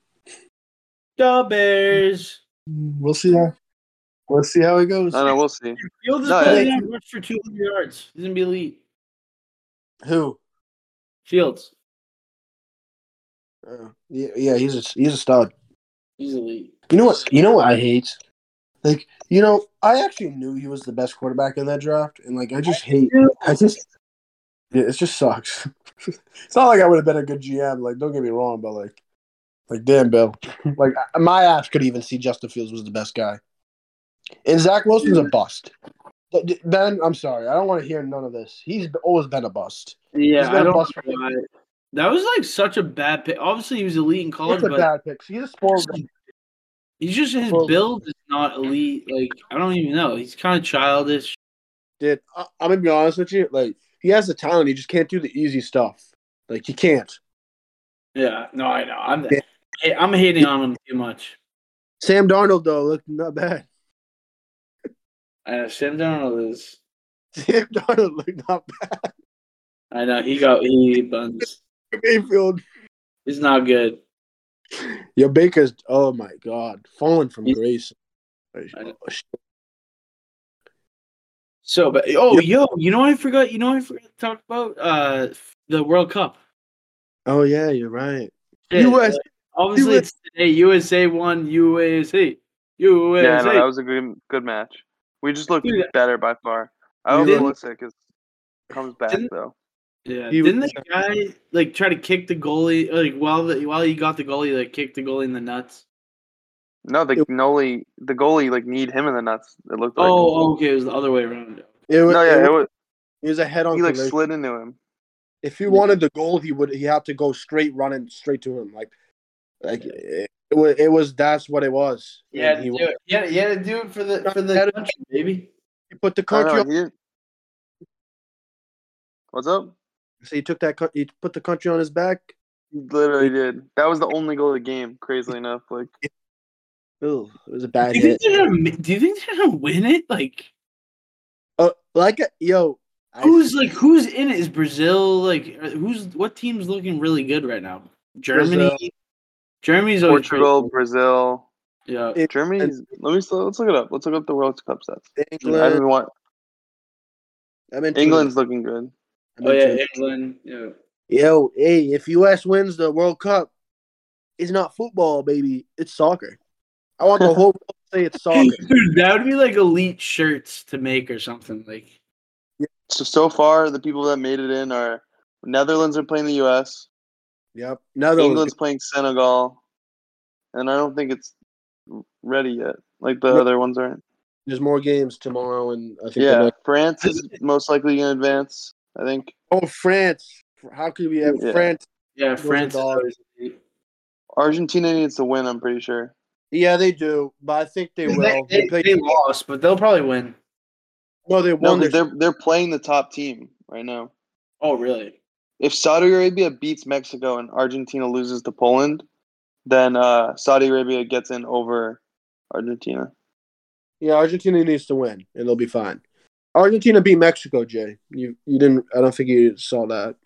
the Bears. We'll see how. We'll see how it goes. Mm, I don't know. We'll see. Fields is No, probably I- gonna rush for 200 yards. He's gonna be elite. Who? Fields, Uh, yeah, yeah, he's a he's a stud. he's elite. You know what? You know what I hate? Like, you know, I actually knew he was the best quarterback in that draft, and like, I just hate. I just, yeah, it just sucks. [LAUGHS] it's not like I would have been a good GM. Like, don't get me wrong, but like, like, damn, Bill. [LAUGHS] Like, I- my ass could even see Justin Fields was the best guy, and Zach Wilson's a bust. Th- th- Ben, I'm sorry, I don't want to hear none of this. He's always been a bust. He's Yeah, gonna I don't. bust for- know why. That was like such a bad pick. Obviously, he was elite in college, It's a but bad pick. He's a spoiled. he's just his Well- build is not elite. Like I don't even know. He's kind of childish. Dude, I, I'm gonna be honest with you. Like, he has the talent, he just can't do the easy stuff. Like, he can't. Yeah, no, I know. I'm hey, I'm hating on him too much. Sam Darnold though looked not bad. [LAUGHS] I know Sam Darnold is. Sam Darnold looked not bad. I know he got he buns. [LAUGHS] Mayfield, He's not good. your Baker's oh my god, fallen from He's- grace. oh, I know. So, but oh, yo, you know what I forgot? You know what I forgot to talk about uh the World Cup. Oh yeah, you're right. Shit, US like, obviously, US it's today. USA won. USA. Yeah, USA. no, that was a good good match. We just looked Dude, better by far. I You hope didn't- Pulisic is, comes back Didn't- though. yeah. he Didn't was- the guy like try to kick the goalie? Like while the, while he got the goalie, like kicked the goalie in the nuts. No, the It- goalie, the goalie like need him in the nuts. It looked like. Oh, okay, it was the other way around. It was, no, yeah, it it was, was, it was a head on he like collision. slid into him. if he wanted the goal, he would he had to go straight running straight to him. Like like it, it was it was that's what it was. He had And to he, do it. He had, he had to do it for the for He had the to- country, baby. he put the I don't country know, on he didn't- What's up? so he took that coun- he put the country on his back. He literally did. That was the only goal of the game. Crazily enough, like Ooh, it was a Do bad you hit. think they're gonna? mi- Do you think they're gonna win it? Like Uh, like yo, I- who's like who's in it? Is Brazil like who's what team's looking really good right now? Germany. Brazil. Germany's always great. Portugal, Brazil, Yeah. It- Germany's. Let me s- let's look it up. Let's look up the World Cup stats. I England. haven't want I meant England's looking good. I Oh meant yeah, England. Yeah. Yo, hey, if US wins the World Cup, it's not football, baby. It's soccer. I want the whole world to say it's soccer. [LAUGHS] Dude, that would be like elite shirts to make or something. Like So so far, the people that made it in are Netherlands are playing the U.S. Yep. Now England's playing Senegal, and I don't think it's ready yet. Like the No. other ones aren't. there's more games tomorrow, and I think. Yeah, they're- France is most likely going to advance. I think Oh, France! How could we have Yeah. France? yeah, Those are France. is dogs. always elite. Argentina needs to win. I'm pretty sure. Yeah, they do, but I think they They, will. they- play- they lost, but they'll probably win. no, they No, won. 'cause their- they're they're playing the top team right now. Oh really? If Saudi Arabia beats Mexico and Argentina loses to Poland, then uh, Saudi Arabia gets in over Argentina. yeah, Argentina needs to win, and they'll be fine. Argentina beat Mexico, Jay. You you didn't? I don't think you saw that.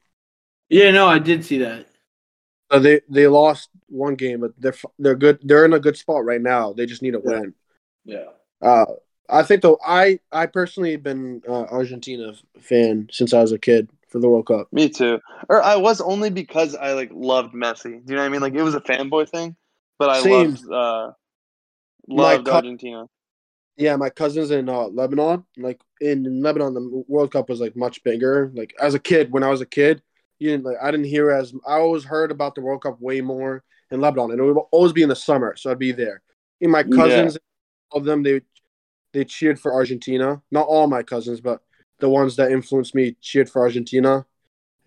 Yeah, no, I did see that. Uh, they they lost one game, but they're f- they're good. They're in a good spot right now. They just need a Yeah. win. Yeah. Uh, I think though, I I personally have been uh, Argentina f- fan since I was a kid for the World Cup. Me too. Or I was only because I like loved Messi. Do you know what I mean? Like it was a fanboy thing, but I Same. loved uh, My loved cou- Argentina. Yeah, my cousins in uh, Lebanon, like in Lebanon, the World Cup was like much bigger. Like as a kid, when I was a kid, you didn't like I didn't hear as I always heard about the World Cup way more in Lebanon, and it would always be in the summer, so I'd be there. And my Yeah. cousins, all of them, they they cheered for Argentina. Not all my cousins, but the ones that influenced me cheered for Argentina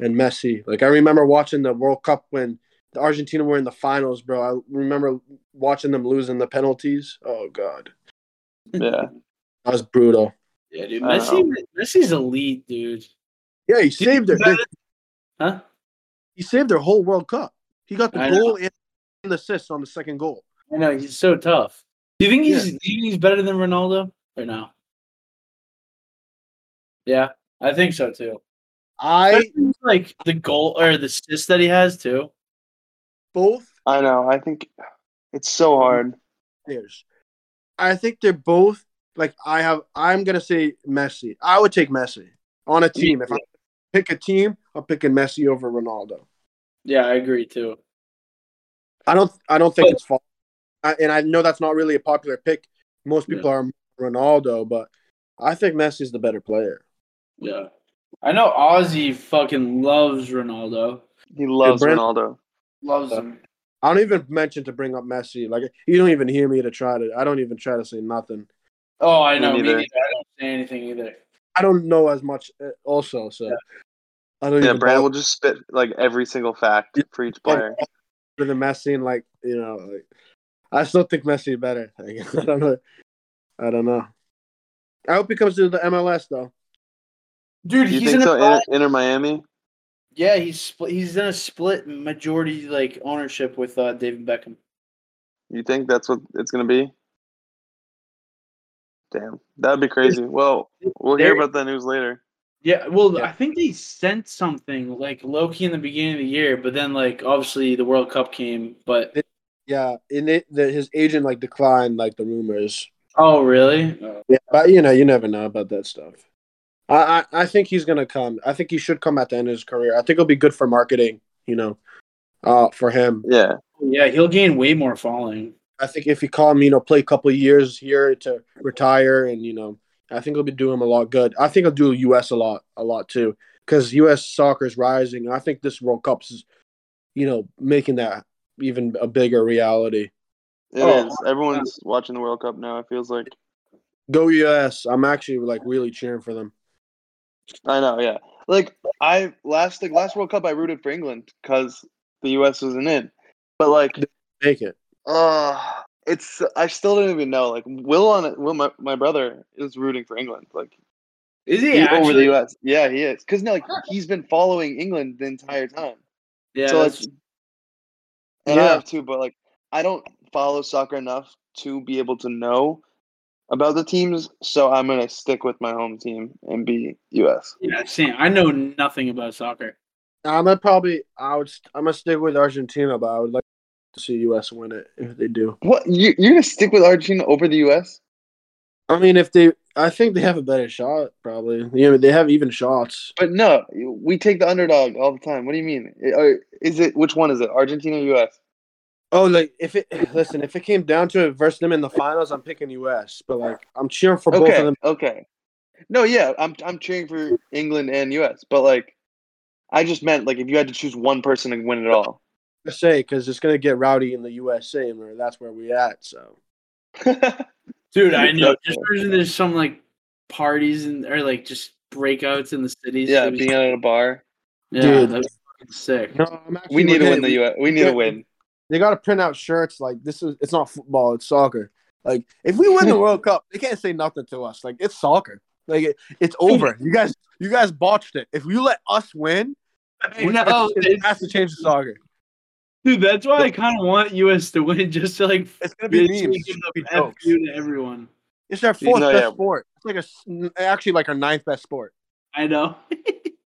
and Messi. Like I remember watching the World Cup when the Argentina were in the finals, bro. I remember watching them losing the penalties. Oh god, Yeah, that was brutal. Yeah, dude. I Messi, Messi's elite, dude. Yeah, he saved it. They- Huh? He saved their whole World Cup. He got the I goal and the assist on the second goal. I know he's so tough. Do you think he's do you think he's better than Ronaldo or no? Yeah, I think so too. I Especially, like the goal or the assist that he has too. both I know. I think it's so hard. players. I think they're both like I have. I'm gonna say Messi. I would take Messi on a team. If I pick a team, I'm picking Messi over Ronaldo. Yeah, I agree too. I don't. I don't think But- it's false. I, and I know that's not really a popular pick. Most Yeah. people are Ronaldo, but I think Messi's the better player. Yeah. I know Ozzy fucking loves Ronaldo. He loves Brand- Ronaldo. Loves him. I don't even mention to bring up Messi. Like you don't even hear me to try to. I don't even try to say nothing. Oh, I Me know. Me neither. neither. I don't say anything either. I don't know as much. uh, Also, so I don't Yeah, even Brandon bother will just spit like every single fact for each player. with the Messi and like you know, like, I still think Messi better. [LAUGHS] Like, I don't know. I don't know. I hope he comes to the MLS though. Dude, You he's think in so? a Inter, Inter Miami? yeah. He's split. He's in a split majority like ownership with uh, David Beckham. You think that's what it's gonna be? Damn, that'd be crazy. Well, we'll hear There- about that news later. Yeah, well, Yeah. I think they sent something like Loki in the beginning of the year, but then like obviously the World Cup came. But Yeah, and it, the, his agent like declined like the rumors. oh, really? Yeah, but you know, you never know about that stuff. I, I I think he's gonna come. I think he should come at the end of his career. I think it'll be good for marketing. You know, uh, for him. Yeah, Yeah, he'll gain way more following. I think if you call him, you know, play a couple of years here to retire, and you know, I think it'll be doing him a lot good. I think he'll do U.S. a lot, a lot too, because U.S. soccer is rising. I think this World Cup is, you know, making that even a bigger reality. it is. Oh, Everyone's watching the World Cup now. It feels like Go U.S. I'm actually like really cheering for them. I know. Yeah, like I last like last World Cup, I rooted for England because the U.S. wasn't in. But like Make it. Uh it's I still don't even know. Like Will on it Will my, my brother is rooting for England. Like Is he he- over actually? the US. Yeah, he is. Cause no, like he's been following England the entire time. yeah, so like that's- and I Yeah. have too, but like I don't follow soccer enough to be able to know about the teams, so I'm gonna stick with my home team and be US. yeah. Sam, I know nothing about soccer. I'm gonna probably. I would. st- I'm gonna stick with Argentina, but I would like to see U.S. win it if they do. What you you're gonna stick with Argentina over the US? I mean, if they, I think they have a better shot. Probably, you know, they have even shots. But no, we take the underdog all the time. What do you mean? Uh, Is it which one is it? Argentina, or US? Oh, like if it [SIGHS] listen, if it came down to it versus them in the finals, I'm picking U.S. But like, I'm cheering for both okay, of them. Okay. No, yeah, I'm I'm cheering for England and US, but like I just meant like if you had to choose one person to win it all. [LAUGHS] to Say because it's gonna get rowdy in the USA, and where- that's where we at. So Dude, I know. Okay. Just imagine there's some like parties and or like just breakouts in the cities. yeah, That'd be- being out at a bar. yeah, Dude. that's fucking sick. no, I'm actually We need to looking win at- the US. We need yeah. to win. They gotta print out shirts like this is. It's not football. It's soccer. Like if we [LAUGHS] win the World Cup, they can't say nothing to us. Like it's soccer. Like it, it's over. You guys, you guys botched it. If you let us win, I we- know, it's- it it's- has to change the soccer. dude. That's why I kind of want US to win, [LAUGHS] just to like It's gonna be basically memes. give It's the gonna be F jokes. you to everyone. It's their fourth No, best yeah. sport. It's like a s- actually like our ninth best sport. I know. [LAUGHS]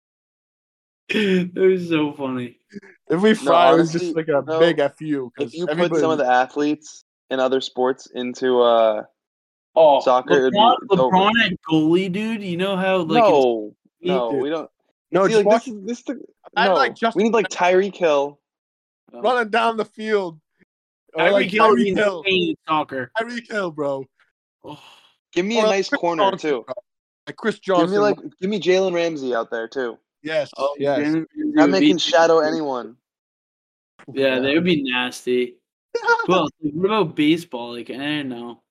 it was so funny. If we fry, it was honestly, just like a no. big fu. 'cause If you put everybody- some of the athletes in other sports into uh Oh, Soccer, it'd be- LeBron, it's over. LeBron at goalie, dude. You know how like it's- No. No, dude. we don't no, see, just like, watch this is this is the, I no. like Justin- we need like Tyree Kill. uh, running down the field. Or Tyreek like Hill Tyreek is Hill. insane at soccer. Tyreek Hill, bro. Oh, Give me a Or nice Chris corner Johnson, too. bro. Like Chris Give Johnson. me like give me Jalen Ramsey out there too. yes, oh, yes. Jalen Ramsey Not would be- making shadow anyone. Yeah, [LAUGHS] they would be nasty. well, like, what about baseball? Like I don't know.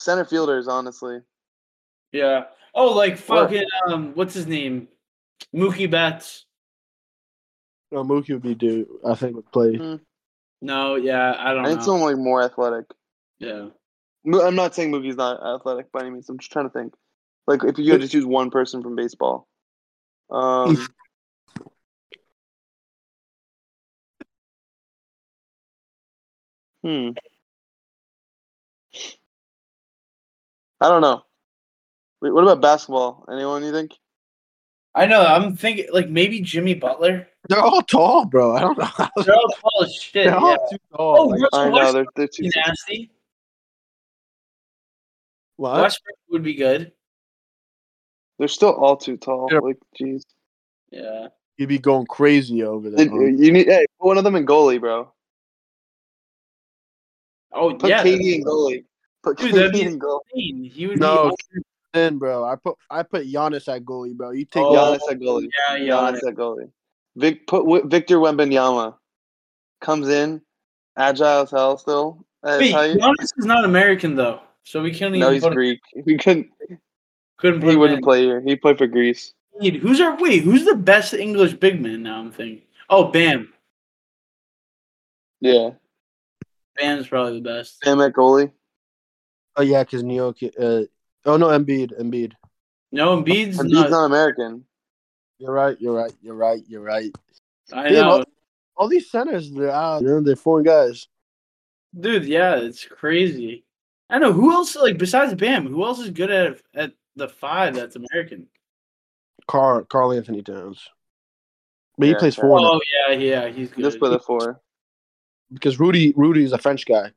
Center fielders, honestly. Yeah. Oh, like Or- fucking um, what's his name? Mookie Betts. no, Mookie would be due. I think would play. Mm. No, yeah, I don't I know. need someone like more athletic. yeah. Mo- I'm not saying Mookie's not athletic by any means. I'm just trying to think. Like if you had to choose one person from baseball. Um, hmm. I don't know. Wait, what about basketball? Anyone you think? I know. I'm thinking like maybe Jimmy [LAUGHS] Butler. They're all tall, bro. I don't know. How They're all tall as shit. [LAUGHS] they're all Yeah. too tall. Oh, like, Russell I know they're, they're too. Westbrook's nasty. what? Westbrook would be good. They're still all too tall. Yeah. Like, jeez. Yeah. You'd be going crazy over They- there. huh? uh, You need hey, put one of them in goalie, bro. Oh Put yeah. Katie in goalie. Put Dude, that'd Katie be- in goalie. Katie. He would No, be. Then, bro, I put I put Giannis at goalie, bro. You take Oh, Giannis. Giannis at goalie. Yeah, Giannis. Giannis at goalie. Vic put Wi- Victor Wembanyama comes in, agile as hell still. That's Wait, how you- Giannis is not American though, so we can't even. no, he's put him- Greek. He couldn't. couldn't put He him wouldn't in. play here. He played for Greece. Dude, Who's our wait? Who's the best English big man now? I'm thinking. Oh, Bam. Yeah, Bam's probably the best. Sam at goalie. Oh yeah, because Neo. Uh, oh no, Embiid, Embiid. No, Embiid's And not. he's not American. You're right. You're right. You're right. You're right. I Yeah, know, All these centers, they're uh, out. You know, they're foreign guys. dude. Yeah, it's crazy. I know who else like besides Bam. Who else is good at at the five? That's American. Carl Carl Anthony Towns, but Yeah, he plays yeah. four now Oh yeah, yeah, he's good. Just play the four. because Rudy Rudy is a French guy.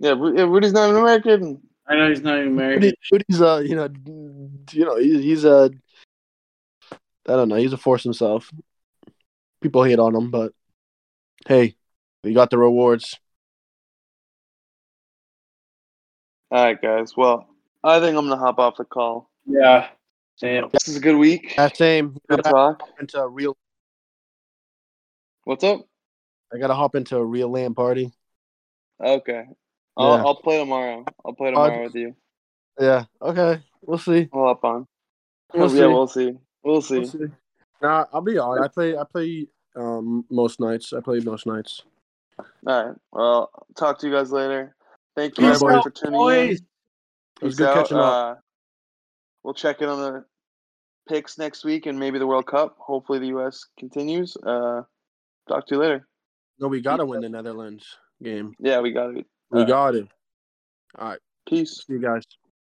Yeah, Ru- yeah, Rudy's not an American. I know he's not even American. Rudy, Rudy's a you know d- you know he's, he's a I don't know he's a force himself. People hate on him, but hey, we got the rewards. All right, guys. Well, I think I'm gonna hop off the call. Yeah. Damn. This is a good week. That same. I Good gotta talk. hop into a real. What's up? I gotta hop into a real land party. Okay. I'll, Yeah. I'll play tomorrow. I'll play tomorrow with you. Yeah. Okay. We'll see. I'll hop on. We'll yeah, see. we'll see. We'll see. We'll see. Nah, I'll be on. I play. I play um most nights. I play most nights. All right. Well, talk to you guys later. Thank you Peace everybody out, for tuning in. Boys. It was Peace good out. catching up. Uh, we'll check in on the picks next week and maybe the World Cup. Hopefully, the U.S. continues. Uh, talk to you later. No, we gotta win the Netherlands game. Yeah, we got it. We Alright. got it. Peace. See you guys.